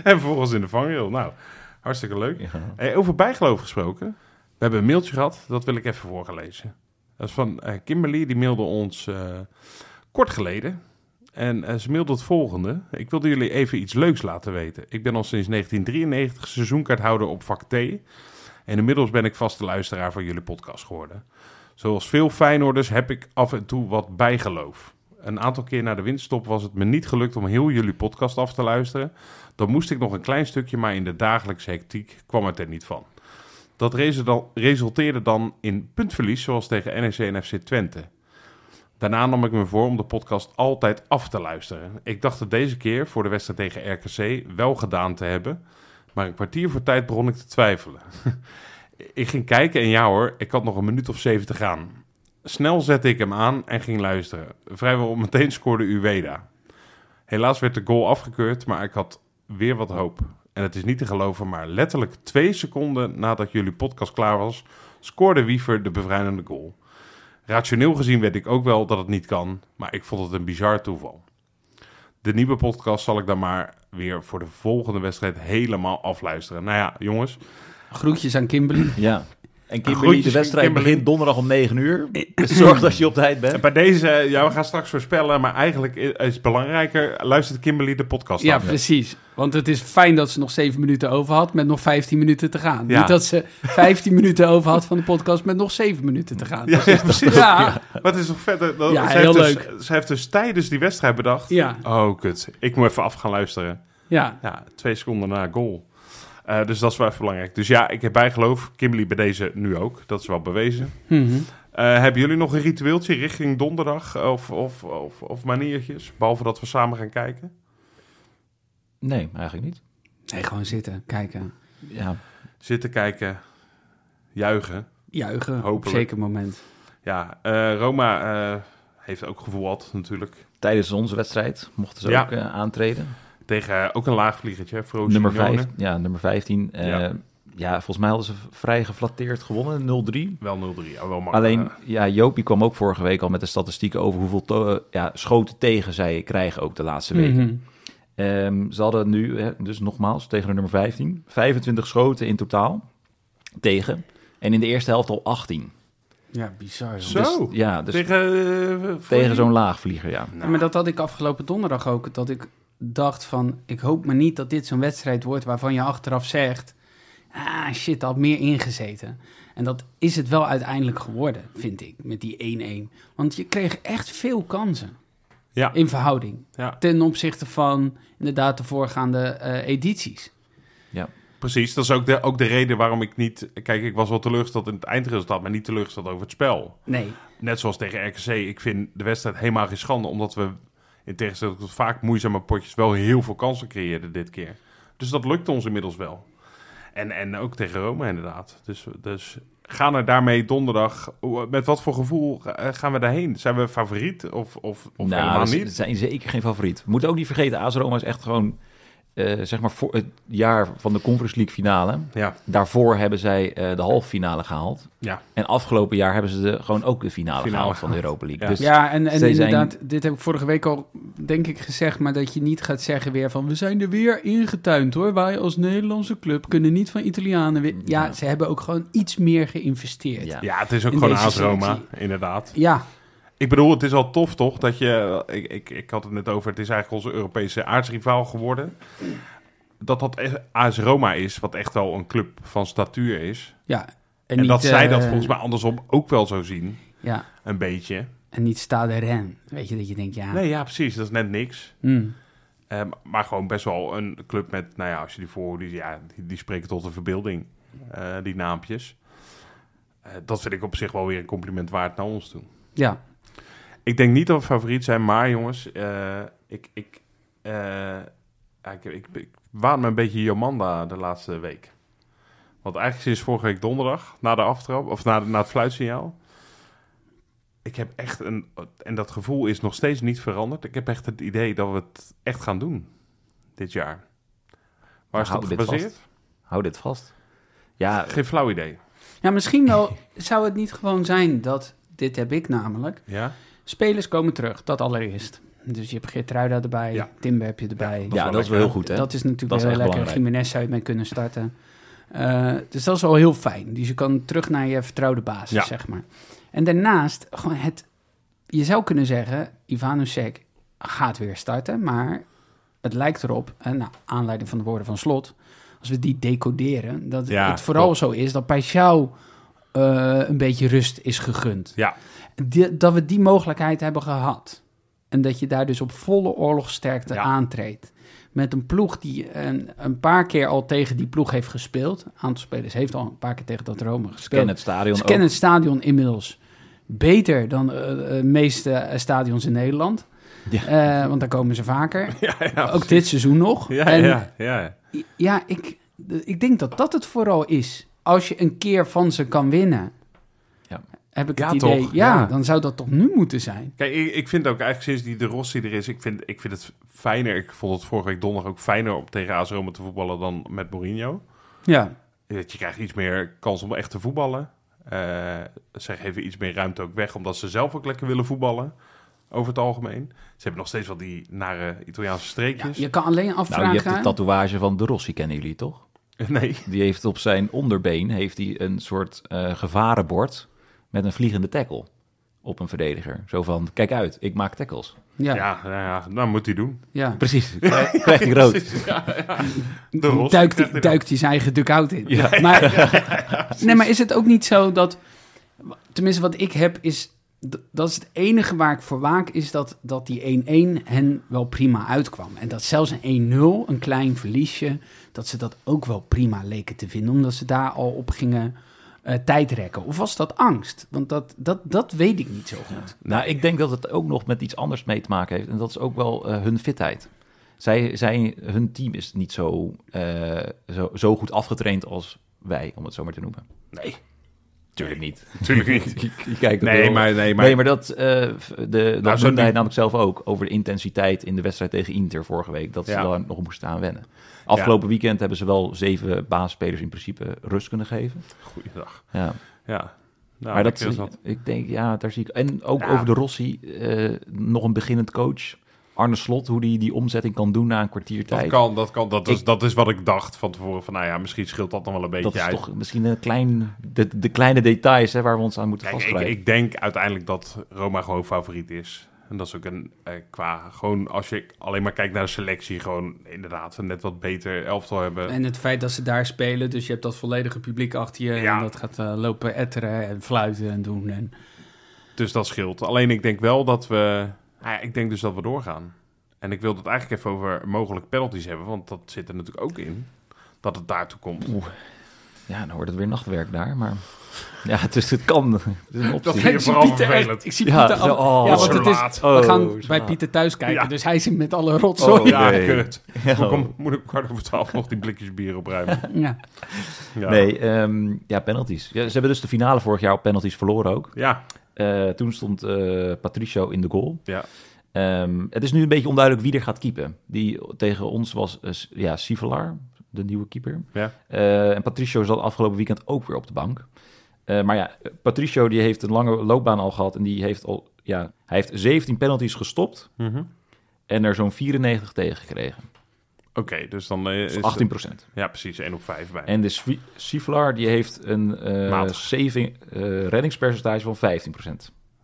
A: en vervolgens in de vangrail. Nou, hartstikke leuk.
C: Ja.
A: Hey, over bijgeloof gesproken. We hebben een mailtje gehad, dat wil ik even voorgelezen. Dat is van eh, Kimberly, die mailde ons eh, kort geleden. En eh, ze mailde het volgende. Ik wilde jullie even iets leuks laten weten. Ik ben al sinds 1993 seizoenkaarthouder op vak T. En inmiddels ben ik vaste luisteraar van jullie podcast geworden. Zoals veel Feyenoorders heb ik af en toe wat bijgeloof. Een aantal keer na de winststop was het me niet gelukt om heel jullie podcast af te luisteren. Dan moest ik nog een klein stukje, maar in de dagelijkse hectiek kwam het er niet van. Dat resu- dan- resulteerde dan in puntverlies, zoals tegen NEC en FC Twente. Daarna nam ik me voor om de podcast altijd af te luisteren. Ik dacht het deze keer voor de wedstrijd tegen RKC wel gedaan te hebben, maar een kwartier voor tijd begon ik te twijfelen. <laughs> ik ging kijken en ja hoor, ik had nog een minuut of zeven te gaan. Snel zette ik hem aan en ging luisteren. Vrijwel meteen scoorde Uweda. Helaas werd de goal afgekeurd, maar ik had weer wat hoop. En het is niet te geloven, maar letterlijk twee seconden nadat jullie podcast klaar was, scoorde Wiever de bevrijdende goal. Rationeel gezien weet ik ook wel dat het niet kan, maar ik vond het een bizar toeval. De nieuwe podcast zal ik dan maar weer voor de volgende wedstrijd helemaal afluisteren. Nou ja, jongens,
B: Groetjes aan Kimberly.
C: Ja. En Kimberly,
A: Groetjes,
C: de wedstrijd
A: Kimberly.
C: begint donderdag om 9 uur. Dus <laughs> zorg dat je op tijd bent.
A: bij deze, eh, ja, we gaan straks voorspellen, maar eigenlijk i- is het belangrijker, luistert Kimberly de podcast
B: Ja,
A: af.
B: precies. Want het is fijn dat ze nog zeven minuten over had met nog 15 minuten te gaan.
A: Ja.
B: Niet dat ze 15 minuten over had van de podcast met nog zeven minuten te gaan.
A: Ja, ja, precies.
B: Ja.
A: Maar het is nog verder.
B: Ja,
A: ze,
B: heel
A: heeft Dus, ze heeft dus tijdens die wedstrijd bedacht.
B: Ja.
A: Oh, kut. Ik moet even af gaan luisteren.
B: ja.
A: Ja, twee seconden na goal. Eh, dus dat is wel even belangrijk. Dus ja, ik heb bijgeloof. Kimberly bij deze nu ook. Dat is wel bewezen.
B: Mhm.
A: Eh, hebben jullie nog een ritueeltje richting donderdag? Of, of, of, of maniertjes? Behalve dat we samen gaan kijken.
C: Nee, eigenlijk niet.
B: Nee, gewoon zitten, kijken,
C: Ja.
A: Zitten kijken. Juichen.
B: juichen op
A: Hopelijk.
B: een zeker moment.
A: Ja, eh, Roma eh, heeft ook gevoel gehad natuurlijk.
C: Tijdens onze wedstrijd mochten ze
A: Ja.
C: ook eh, aantreden.
A: Tegen eh, ook een laagvliegertje.
C: nummer,
A: vijf.
C: vijf, ja, nummer 15. eh,
A: Ja.
C: ja. volgens mij hadden ze vrij geflatteerd gewonnen, 0-3.
A: Wel 0-3, ja, wel makkelijk. eh.
C: Alleen,
A: Ja.
C: ja, Jopie kwam ook vorige week al met de statistieken over hoeveel to- eh, ja, schoten tegen zij krijgen ook de laatste weken.
B: Mhm.
C: Ehm, ze hadden nu, hè, dus nogmaals, tegen de nummer 15, 25 schoten in totaal tegen. En in de eerste helft al 18.
B: Ja, bizar. joh.
A: Zo,
C: Dus, ja, dus tegen,
A: tegen, eh,
C: zo'n laagvlieger, ja.
B: Ja, maar dat had ik afgelopen donderdag ook. Dat ik dacht van, ik hoop maar niet dat dit zo'n wedstrijd wordt waarvan je achteraf zegt... Ah, shit, dat had meer ingezeten. En dat is het wel uiteindelijk geworden, vind ik, met die 1-1. Want je kreeg echt veel kansen
A: Ja,
B: in verhouding.
A: ja,
B: Ten opzichte van inderdaad de voorgaande eh, edities.
A: precies. Dat is ook de, ook de reden waarom ik niet... Kijk, ik was wel teleurgesteld in het eindresultaat, maar niet teleurgesteld over het spel.
B: Nee,
A: Net zoals tegen RKC. Ik vind de wedstrijd helemaal geen schande, omdat we in tegenstelling tot vaak moeizame potjes wel heel veel kansen creëerden dit keer. Dus dat lukt ons inmiddels wel. En, en ook tegen Rome inderdaad. Dus, dus gaan er daarmee donderdag... Met wat voor gevoel eh, gaan we daarheen? Zijn we favoriet of, of, of
C: nou,
A: helemaal
B: dus
C: ze-
A: niet?
C: ze zijn zeker geen favoriet. Moet ook niet vergeten, AS Roma is echt gewoon, eh, zeg maar, voor het jaar van de Conference League finale.
A: Ja,
C: Daarvoor hebben zij eh, de halve finale gehaald.
A: ja.
C: En afgelopen jaar hebben ze de, gewoon ook de finale,
A: Finale
C: gehaald van de Europa League.
A: Ja.
C: Dus
B: Ja, en, en
C: Ze zijn-
B: inderdaad, dit heb ik vorige week al, denk ik, gezegd. Maar dat je niet gaat zeggen weer van... we zijn er weer ingetuind hoor. Wij als Nederlandse club kunnen niet van Italianen weer... Ja,
C: Ja.
B: ze hebben ook gewoon iets meer geïnvesteerd. Ja,
C: Ja.
A: Ja, het is ook
B: In
A: gewoon
B: deze
A: AS Roma,
B: selectie.
A: inderdaad.
B: ja,
A: Ik bedoel, het is al tof toch dat je... Ik, ik, ik had het net over, het is eigenlijk onze Europese aardsrivaal geworden. Dat dat echt AS Roma is, wat echt wel een club van statuur is.
B: En,
A: En,
B: niet,
A: dat zij dat
B: eh,
A: volgens mij andersom ook wel zo zien.
B: Ja,
A: Een beetje.
B: en niet Stade Rennes. Weet je, dat je denkt, ja...
A: Nee, ja, precies. Dat is net niks.
B: hmm,
A: Eh, maar gewoon best wel een club met... Nou ja, als je die voor... Die, ja, die, die spreken tot de verbeelding. eh, die naampjes. Eh, dat vind ik op zich wel weer een compliment waard naar ons toe.
B: ja.
A: Ik denk niet dat we favoriet zijn, maar jongens, eh, ik, ik, eh, ja, ik, ik, ik waan me een beetje Jomanda de laatste week. Want eigenlijk sinds vorige week donderdag, na de aftrap, of na, de- na het fluitsignaal, ik heb echt een, en dat gevoel is nog steeds niet veranderd, ik heb echt het idee dat we het echt gaan doen dit jaar. Waar is
C: hou
A: dat
C: dit
A: gebaseerd?
C: hou dit vast. Ja,
A: Geen flauw idee.
B: Nou, misschien wel zou het niet gewoon zijn dat, dit heb ik namelijk,
A: Ja?
B: spelers komen terug, dat allereerst. Dus je hebt Geertruida erbij,
A: Ja.
B: Timber heb je erbij.
C: Ja, dat is wel heel goed, hè?
B: Dat is natuurlijk
C: Dat is
B: wel
C: echt
B: heel lekker.
C: belangrijk. Nou,
B: Jiménez zou je mee kunnen starten. Eh, dus dat is al heel fijn. Dus je kan terug naar je vertrouwde basis,
A: Ja.
B: zeg maar. En daarnaast, gewoon het... Je zou kunnen zeggen, Ivanusek gaat weer starten, maar het lijkt erop, en nou, aanleiding van de woorden van Slot, als we die decoderen, dat
A: Ja,
B: het vooral
A: klopt.
B: zo is dat Peixau eh een beetje rust is gegund.
A: Ja.
B: Die- dat we die mogelijkheid hebben gehad. En dat je daar dus op volle oorlogssterkte
A: Ja.
B: aantreedt. Met een ploeg die een, een paar keer al tegen die ploeg heeft gespeeld. Een aantal spelers heeft al een paar keer tegen dat Rome
C: Ze kennen
B: gespeeld.
C: het stadion
B: Ze kennen
C: ook.
B: het stadion inmiddels beter dan eh, de meeste eh, stadions in Nederland.
C: Ja.
B: Eh, want daar komen ze vaker.
A: <laughs> ja,
B: ook dit seizoen nog.
A: Ja,
B: en
A: ja, ja.
B: ja, ik, ik denk dat dat het vooral is. Als je een keer van ze kan winnen,
C: Ja.
B: heb ik
A: Ja,
B: het idee.
A: toch?
B: Ja,
A: Ja.
B: dan zou dat toch nu moeten zijn.
A: Kijk, ik, ik vind ook eigenlijk sinds die de Rossi er is, ik vind, ik vind het fijner. Ik vond het vorige week donderdag ook fijner om tegen AS Roma te voetballen dan met Mourinho.
B: Ja.
A: Dat je krijgt iets meer kans om echt te voetballen. Eh, ze geven iets meer ruimte ook weg, omdat ze zelf ook lekker willen voetballen. Over het algemeen. Ze hebben nog steeds wel die nare Italiaanse streekjes.
B: Je kan alleen
C: Nou, je
B: afvragen.
C: hebt de tatoeage van De Rossi, kennen jullie toch?
A: <laughs> Nee.
C: Die heeft op zijn onderbeen heeft hij een soort eh, gevarenbord met een vliegende tackle op een verdediger. Zo van, kijk uit, ik maak tackles.
B: ja, ja.
A: Ja, nou ja, nou moet hij doen.
C: Precies, krijg- krijgt <laughs> hij rood.
A: De Rossi
B: Duikt,
A: krijgt
B: hij,
A: er-
B: duikt hij zijn eigen dugout in.
A: <laughs>
B: Maar, nee, maar is het ook niet zo dat. Tenminste, wat ik heb is. d- Dat is het enige waar ik voor waak, is dat, dat die 1-1 hen wel prima uitkwam. En dat zelfs een 1-0, een klein verliesje, dat ze dat ook wel prima leken te vinden. Omdat ze daar al op gingen eh, tijd rekken. Of was dat angst? Want dat, dat, dat weet ik niet zo goed.
C: Nou, ik denk dat het ook nog met iets anders mee te maken heeft. En dat is ook wel eh, hun fitheid. Zij, zij, hun team is niet zo, eh, zo, zo goed afgetraind als wij, om het zo maar te noemen.
A: Nee,
C: Tuurlijk niet.
A: natuurlijk niet. <laughs>
C: Je, je kijkt
A: Nee,
C: wel-
A: maar- nee, maar- Nou,
C: dat, eh, f- de, dat
A: zo
C: noemde hij
A: niet-
C: namelijk zelf ook. Over de intensiteit in de wedstrijd tegen Inter vorige week. Dat ze
A: Ja.
C: daar nog moesten aan wennen. Afgelopen weekend hebben ze wel zeven basisspelers in principe rust kunnen geven.
A: Goeiedag.
C: Ja.
A: Ja. Nou,
C: maar dat,
A: lekker is dat.
C: ik denk, ja, daar zie ik. En ook
A: Ja.
C: over de Rossi, eh, nog een beginnend coach. Arne Slot, hoe die die omzetting kan doen na een kwartier
A: Dat
C: tijd.
A: kan, dat kan. Dat is,
C: Ik-
A: dat is wat ik dacht van tevoren. Van nou ja, misschien scheelt dat nog wel een beetje
C: Dat is
A: uit.
C: toch misschien een klein, de, de kleine details hè, waar we ons aan moeten
A: Kijk, ik,
C: vastgrijpen.
A: ik denk uiteindelijk dat Roma gewoon favoriet is. En dat is ook een eh, qua gewoon als je alleen maar kijkt naar de selectie, gewoon inderdaad een net wat beter elftal hebben.
B: En het feit dat ze daar spelen, dus je hebt dat volledige publiek achter je.
A: Ja.
B: En dat gaat eh, lopen etteren en fluiten en doen. En,
A: Dus dat scheelt. Alleen ik denk wel dat we. Nou ja, ik denk dus dat we doorgaan. En ik wil het eigenlijk even over mogelijk penalties hebben, want dat zit er natuurlijk ook in. Dat het daartoe komt.
C: Ja, dan wordt het weer nachtwerk daar, maar... Ja, <laughs> het, is, het kan. Het is een optie.
A: Dat vind je vooral vervelend.
B: Ik zie
C: Ja,
B: Pieter
C: zo-
B: af-
C: oh,
B: ja,
A: zo
B: want het is,
A: laat.
B: we gaan
C: Oh, zo
B: bij
C: laat.
B: Pieter thuis kijken,
A: Ja.
B: dus hij zit met alle rotzooi.
C: Oh,
A: ja,
C: nee.
A: kut. Moet ik om- Moet ik kwart over twaalf nog die blikjes bier opruimen?
C: <laughs>
B: Ja.
A: Ja.
C: Nee, ehm, ja, penalties. Ja, ze hebben dus de finale vorig jaar op penalties verloren ook.
A: Ja,
C: Eh, toen stond eh, Patricio in de goal.
A: ja.
C: Ehm, het is nu een beetje onduidelijk wie er gaat keepen. Die tegen ons was eh, S- ja, Sivelar, de nieuwe keeper.
A: Ja.
C: Eh, en Patricio zat afgelopen weekend ook weer op de bank. Eh, maar ja, Patricio die heeft een lange loopbaan al gehad. En die heeft al, ja, hij heeft 17 penalties gestopt.
A: Mhm.
C: En er zo'n 94 tegen gekregen.
A: Oké, dus dan eh,
C: Dat
A: is
C: is 18
A: Ja, precies. 1 op 5 bij.
C: En de Swi- Sivlar die heeft een eh
A: Matig.
C: saving, eh, reddingspercentage van 15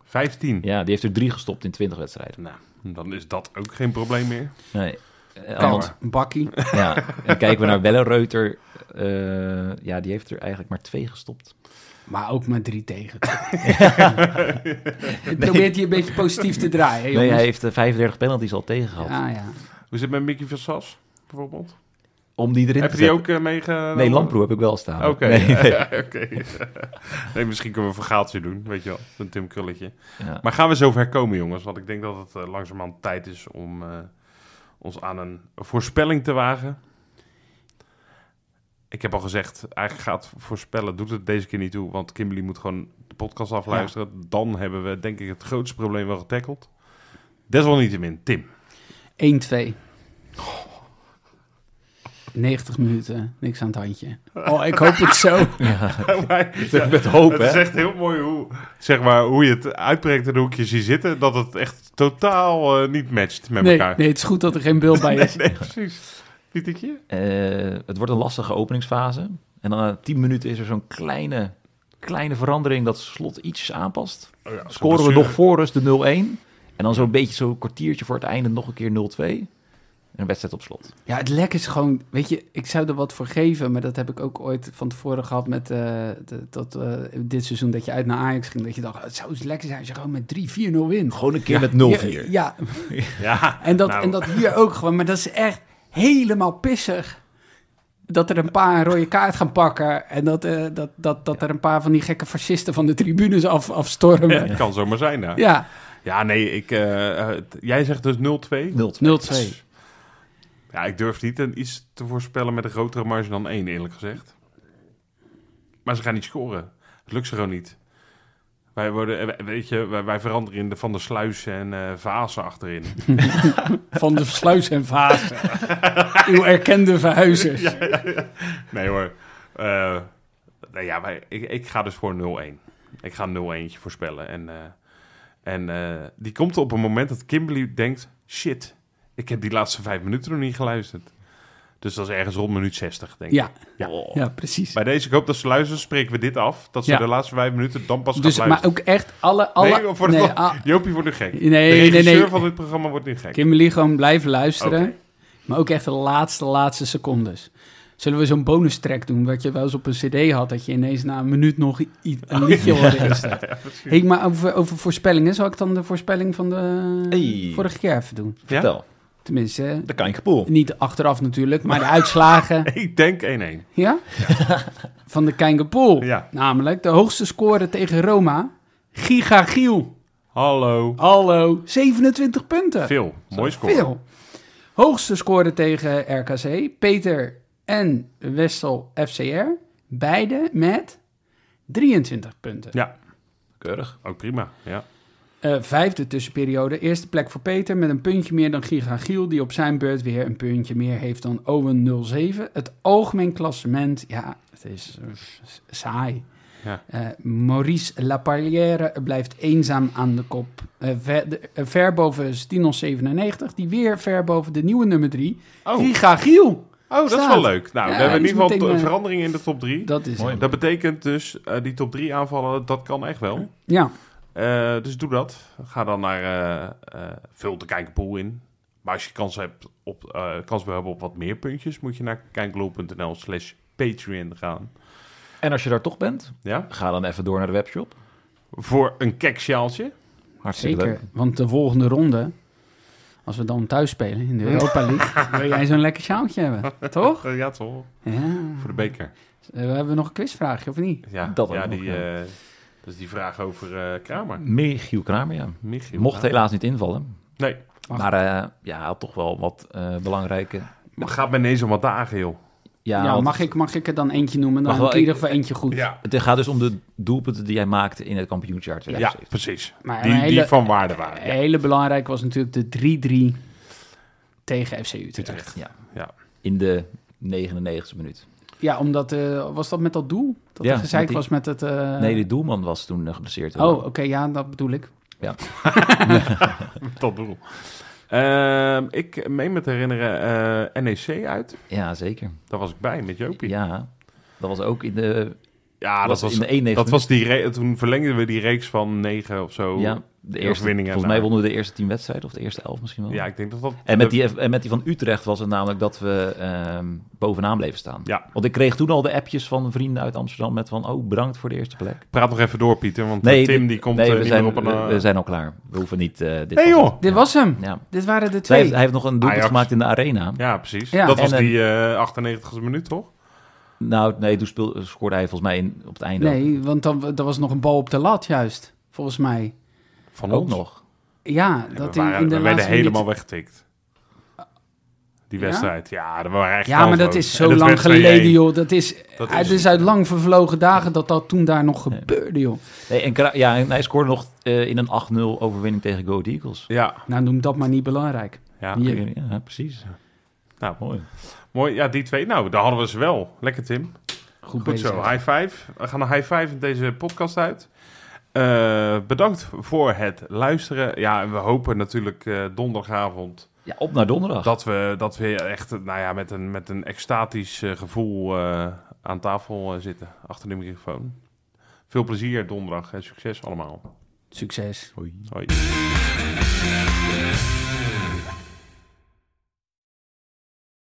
A: 15.
C: Ja, die heeft er drie gestopt in 20 wedstrijden.
A: Nou, dan is dat ook geen probleem meer.
C: Nee. Eh,
B: Kan
C: want-
B: het, een bakkie.
C: Ja,
A: <laughs>
C: en kijken we naar Wellenreuter. eh ja, die heeft er eigenlijk maar twee gestopt.
B: Maar ook maar drie
C: <laughs>
B: tegen. <laughs> Je probeert hier een beetje positief te draaien,
C: Nee,
B: jongens.
C: hij heeft eh, 35 penalties al tegen gehad.
B: Ah, ja.
A: Hoe zit het met Mickey van Sas, bijvoorbeeld?
C: Om die erin
A: Heb
C: te
A: je die
C: zetten.
A: ook eh, meegenomen?
C: Nee, Lamproe heb ik wel staan.
A: Oké, <laughs>
C: Nee, nee.
A: Oké. nee, misschien kunnen we een vergaaltje doen, weet je wel. Een Tim Krulletje.
C: <laughs> Ja.
A: Maar gaan we zover komen, jongens? Want ik denk dat het eh, langzamerhand tijd is om eh, ons aan een voorspelling te wagen. Ik heb al gezegd, eigenlijk gaat voorspellen, doet het deze keer niet toe. Want Kimberly moet gewoon de podcast afluisteren. Dan hebben we denk ik het grootste probleem wel getackled. Desalniettemin, Tim.
B: 1-2. 90 minuten, niks aan het handje. Oh, ik hoop het zo.
A: Maar-
C: Met hoop,
A: Het is
C: hè?
A: echt heel mooi hoe, zeg maar, hoe je het uitbreekt en hoe ik je zie zitten. Dat het echt totaal eh, niet matcht met
B: Nee,
A: elkaar.
B: nee, het is goed dat er geen beeld bij is.
A: Nee, <laughs> precies. Pietertje?
C: Eh, het wordt een lastige openingsfase. En dan na 10 minuten is er zo'n kleine, kleine verandering dat slot iets aanpast. Scoren we nog voor rust de 0-1. En dan zo'n beetje zo'n kwartiertje voor het einde nog een keer 0-2. En een wedstrijd op slot.
B: Ja, het lek is gewoon, weet je, ik zou er wat voor geven, maar dat heb ik ook ooit van tevoren gehad met eh, de- dat, eh, dit seizoen dat je uit naar Ajax ging. Dat je dacht, het zou eens lekker zijn als je gewoon met 3-4-0 wint.
C: Gewoon een keer met 0-4.
B: Ja, ja.
A: Ja,
B: En, dat,
A: Nou. <laughs>
B: en dat hier ook gewoon, maar dat is echt helemaal pissig. Dat er een paar een rode kaart gaan pakken en dat, eh, dat, dat, dat er een paar van die gekke fascisten van de tribunes af, afstormen. Ja,
A: kan zomaar zijn, ja. Ja,
B: ja.
A: nee, ik, eh, eh, t- jij zegt dus 0-2.
C: 0-2.
B: 0-2.
A: Ja, ik durf niet een, iets te voorspellen met een grotere marge dan 1, eerlijk gezegd. Maar ze gaan niet scoren. Het lukt ze gewoon niet. Wij, worden, eh, weet je, wij, wij veranderen in de Van der Sluis en eh Vazen achterin.
B: Van de sluis en vazen. Uw erkende verhuizers.
A: Nee hoor. Eh, nou ja, wij, ik, ik ga dus voor 0-1. Ik ga 0-1 voorspellen. En, eh, en eh, die komt op een moment dat Kimberly denkt... Shit, ik heb die laatste vijf minuten nog niet geluisterd. Dus dat is ergens rond minuut 60, denk ik.
B: Ja,
A: Ja.
B: ja, precies.
A: Bij deze, ik hoop dat ze luisteren, spreken we dit af. Dat ze
B: Ja.
A: de laatste vijf minuten dan pas
B: Dus,
A: gaan
B: maar
A: luisteren.
B: ook echt alle... alle
A: nee, voor
B: nee,
A: het,
B: ah,
A: Jopie wordt nu gek.
B: Nee,
A: de
B: nee,
A: regisseur
B: nee.
A: van dit programma wordt nu gek.
B: Kimberly gewoon blijven luisteren.
A: Oké.
B: Maar ook echt de laatste, laatste secondes. Zullen we zo'n bonus track doen? Wat je wel eens op een cd had, dat je ineens na een minuut nog i-
A: Oh,
B: een liedje hoorde. is dat. hey, maar over, over voorspellingen. Zal ik dan de voorspelling van de
C: Hey.
B: vorige keer even doen?
A: Ja?
C: Vertel.
B: Tenminste, hè.
C: De Kijngepoel.
B: niet achteraf natuurlijk, maar de
A: <laughs>
B: uitslagen.
A: Ik denk 1-1.
B: Ja? Van de Keingepoel.
A: Ja.
B: Namelijk de hoogste score tegen Roma. Giga Giel. Oh,
A: Hallo.
B: Hallo. 27 punten.
A: Veel. Mooi score.
B: Veel. Hoogste score tegen RKC. Peter en Wessel FCR. Beide met 23 punten.
A: Ja,
C: Keurig.
A: ook prima. Ja.
B: Eh, vijfde tussenperiode. Eerste plek voor Peter met een puntje meer dan Giga Giel. Die op zijn beurt weer een puntje meer heeft dan Owen 07. Het algemeen klassement. Ja, het is eh, s- saai.
A: Ja.
B: Eh, Maurice Lapallière blijft eenzaam aan de kop. Eh, ver, de- eh, ver boven Stinos 97. Die weer ver boven de nieuwe nummer 3.
A: Oh.
B: Giga Giel.
A: Oh, dat is
B: staat.
A: wel leuk. Nou,
B: Ja,
A: we hebben in
B: die
A: ieder geval
B: is meteen,
A: een
B: eh,
A: verandering in de top 3. Dat,
B: Dat is
C: Mooi.
A: betekent dus, eh, die top 3 aanvallen, dat kan echt wel.
B: Ja,
A: Eh, dus doe dat. Ga dan naar, eh, eh, vul de kijkpool in. Maar als je kans, hebt op, eh, kans wil hebben op wat meer puntjes, moet je naar kijkglow.nl slash Patreon gaan.
C: En als je daar toch bent,
A: Ja?
C: ga dan even door naar de webshop.
A: Voor een keksjaaltje.
C: Hartstikke
B: zeker.
C: leuk.
B: Want de volgende ronde, als we dan thuis spelen in de
C: <laughs>
B: Europa League, wil jij zo'n lekker sjaaltje hebben, toch?
A: Eh, ja, toch?
B: Ja.
A: Voor de beker.
B: Eh, we hebben nog een quizvraagje, of niet?
A: Ja,
C: Dat
A: ja
C: ook nog,
A: die,
C: ja.
A: eh, dat is die vraag over eh, Kramer.
C: Michiel Kramer, ja.
A: Michiel.
C: Mocht helaas niet invallen.
A: Nee,
B: Mag.
C: Maar eh, ja, hij had toch wel wat eh, belangrijke...
A: maar gaat me ineens om wat dagen, joh.
C: Ja,
B: ja,
C: had-
B: mag, ik, mag ik er dan eentje noemen? Dan
C: Mag
B: heb ik
C: wel,
B: in ieder
C: ik-
B: geval eentje goed.
C: Het gaat dus om de doelpunten die hij maakte in het kampioensjaar
A: Ja,
C: 2017.
A: precies.
B: Maar
A: Die,
B: een hele-
A: die van waarde waren. Ja.
B: Hele belangrijk was natuurlijk de 3-3 tegen FC Utrecht.
C: Ja.
A: Ja.
C: In de 99e minuut.
B: Ja, omdat, eh, was dat met dat doel? Dat
C: Ja,
B: er gezeik
C: met die-
B: was met het... eh,
C: Nee, de doelman was toen eh, geblesseerd.
B: Oh, oké, ja, dat bedoel ik.
A: Tot doel. Ehm, ik meen me te herinneren eh, NEC uit.
C: Ja, zeker.
A: Daar was ik bij met Jopie. Ja,
C: Ja, dat was ook in de,
A: Ah, dat was,
C: in de 91
A: dat was die re- toen verlengden we die reeks van negen of zo.
C: ja, de eerste,
A: overwinningen
C: volgens mij
A: daar.
C: wonnen we de eerste tien wedstrijden, of de eerste elf misschien wel.
A: eh, Ja, ik denk dat dat...
C: en, met die, en met die van Utrecht was het namelijk dat we ehm, bovenaan bleven staan.
A: Ja.
C: Want ik kreeg toen al de appjes van vrienden uit Amsterdam met van, oh, bedankt voor de eerste plek.
A: Praat nog even door, Pieter, want eh, Tim
C: dit-
A: die komt
C: nee,
A: eh,
C: we
A: niet
C: zijn,
A: meer op een...
C: we,
A: eh,
C: we zijn al klaar. We hoeven niet... eh dit
A: Nee
C: was het.
A: joh!
B: Dit was hem.
C: Ja.
B: Dit waren de
C: Hij
B: twee.
C: heeft, hij heeft nog een doelpunt
A: Ajax.
C: gemaakt in de arena.
A: Ja, precies.
B: Ja.
A: dat was
C: En, eh,
A: die eh 98e minuut, toch?
C: Nou, nee, toen speel- scoorde hij volgens mij in, op het einde ook.
B: Nee, want dan er was nog een bal op de lat juist, volgens mij.
A: Van
C: ook nog.
B: Ja,
A: Ja,
B: dat
A: we
B: in,
A: waren,
B: in de
A: we
B: laatste
A: werden helemaal
B: minuut-
A: weggetikt. Die
B: Ja?
A: wedstrijd. Ja, dat waren echt
B: Ja, maar dat
A: kansloos.
B: is
A: En
B: zo
A: het
B: lang
A: werd 2-1.
B: geleden, joh. Dat is,
A: Dat
B: het
A: is-
B: is uit lang vervlogen dagen dat dat toen daar nog gebeurde, joh.
C: Nee, en, Kra- ja, en hij scoorde nog eh, in een 8-0 overwinning tegen Go Ahead Eagles.
A: Ja,
B: Nou, noem dat maar niet belangrijk.
A: ja.
B: Hier.
C: Ja, precies.
A: Nou,
C: Mooi.
A: mooi. Ja, die twee. Nou, daar hadden we ze wel. Lekker, Tim.
B: Goed,
A: Goed
B: bezig.
A: zo, high five. We gaan een high five in deze podcast uit. Eh, bedankt voor het luisteren. Ja, en we hopen natuurlijk eh, donderdagavond
C: Ja, op naar donderdag.
A: dat we, dat we echt eh, nou ja, met, een, met een extatisch eh, gevoel eh, aan tafel eh, zitten, achter de microfoon. Veel plezier donderdag en succes allemaal.
B: Succes.
A: Hoi.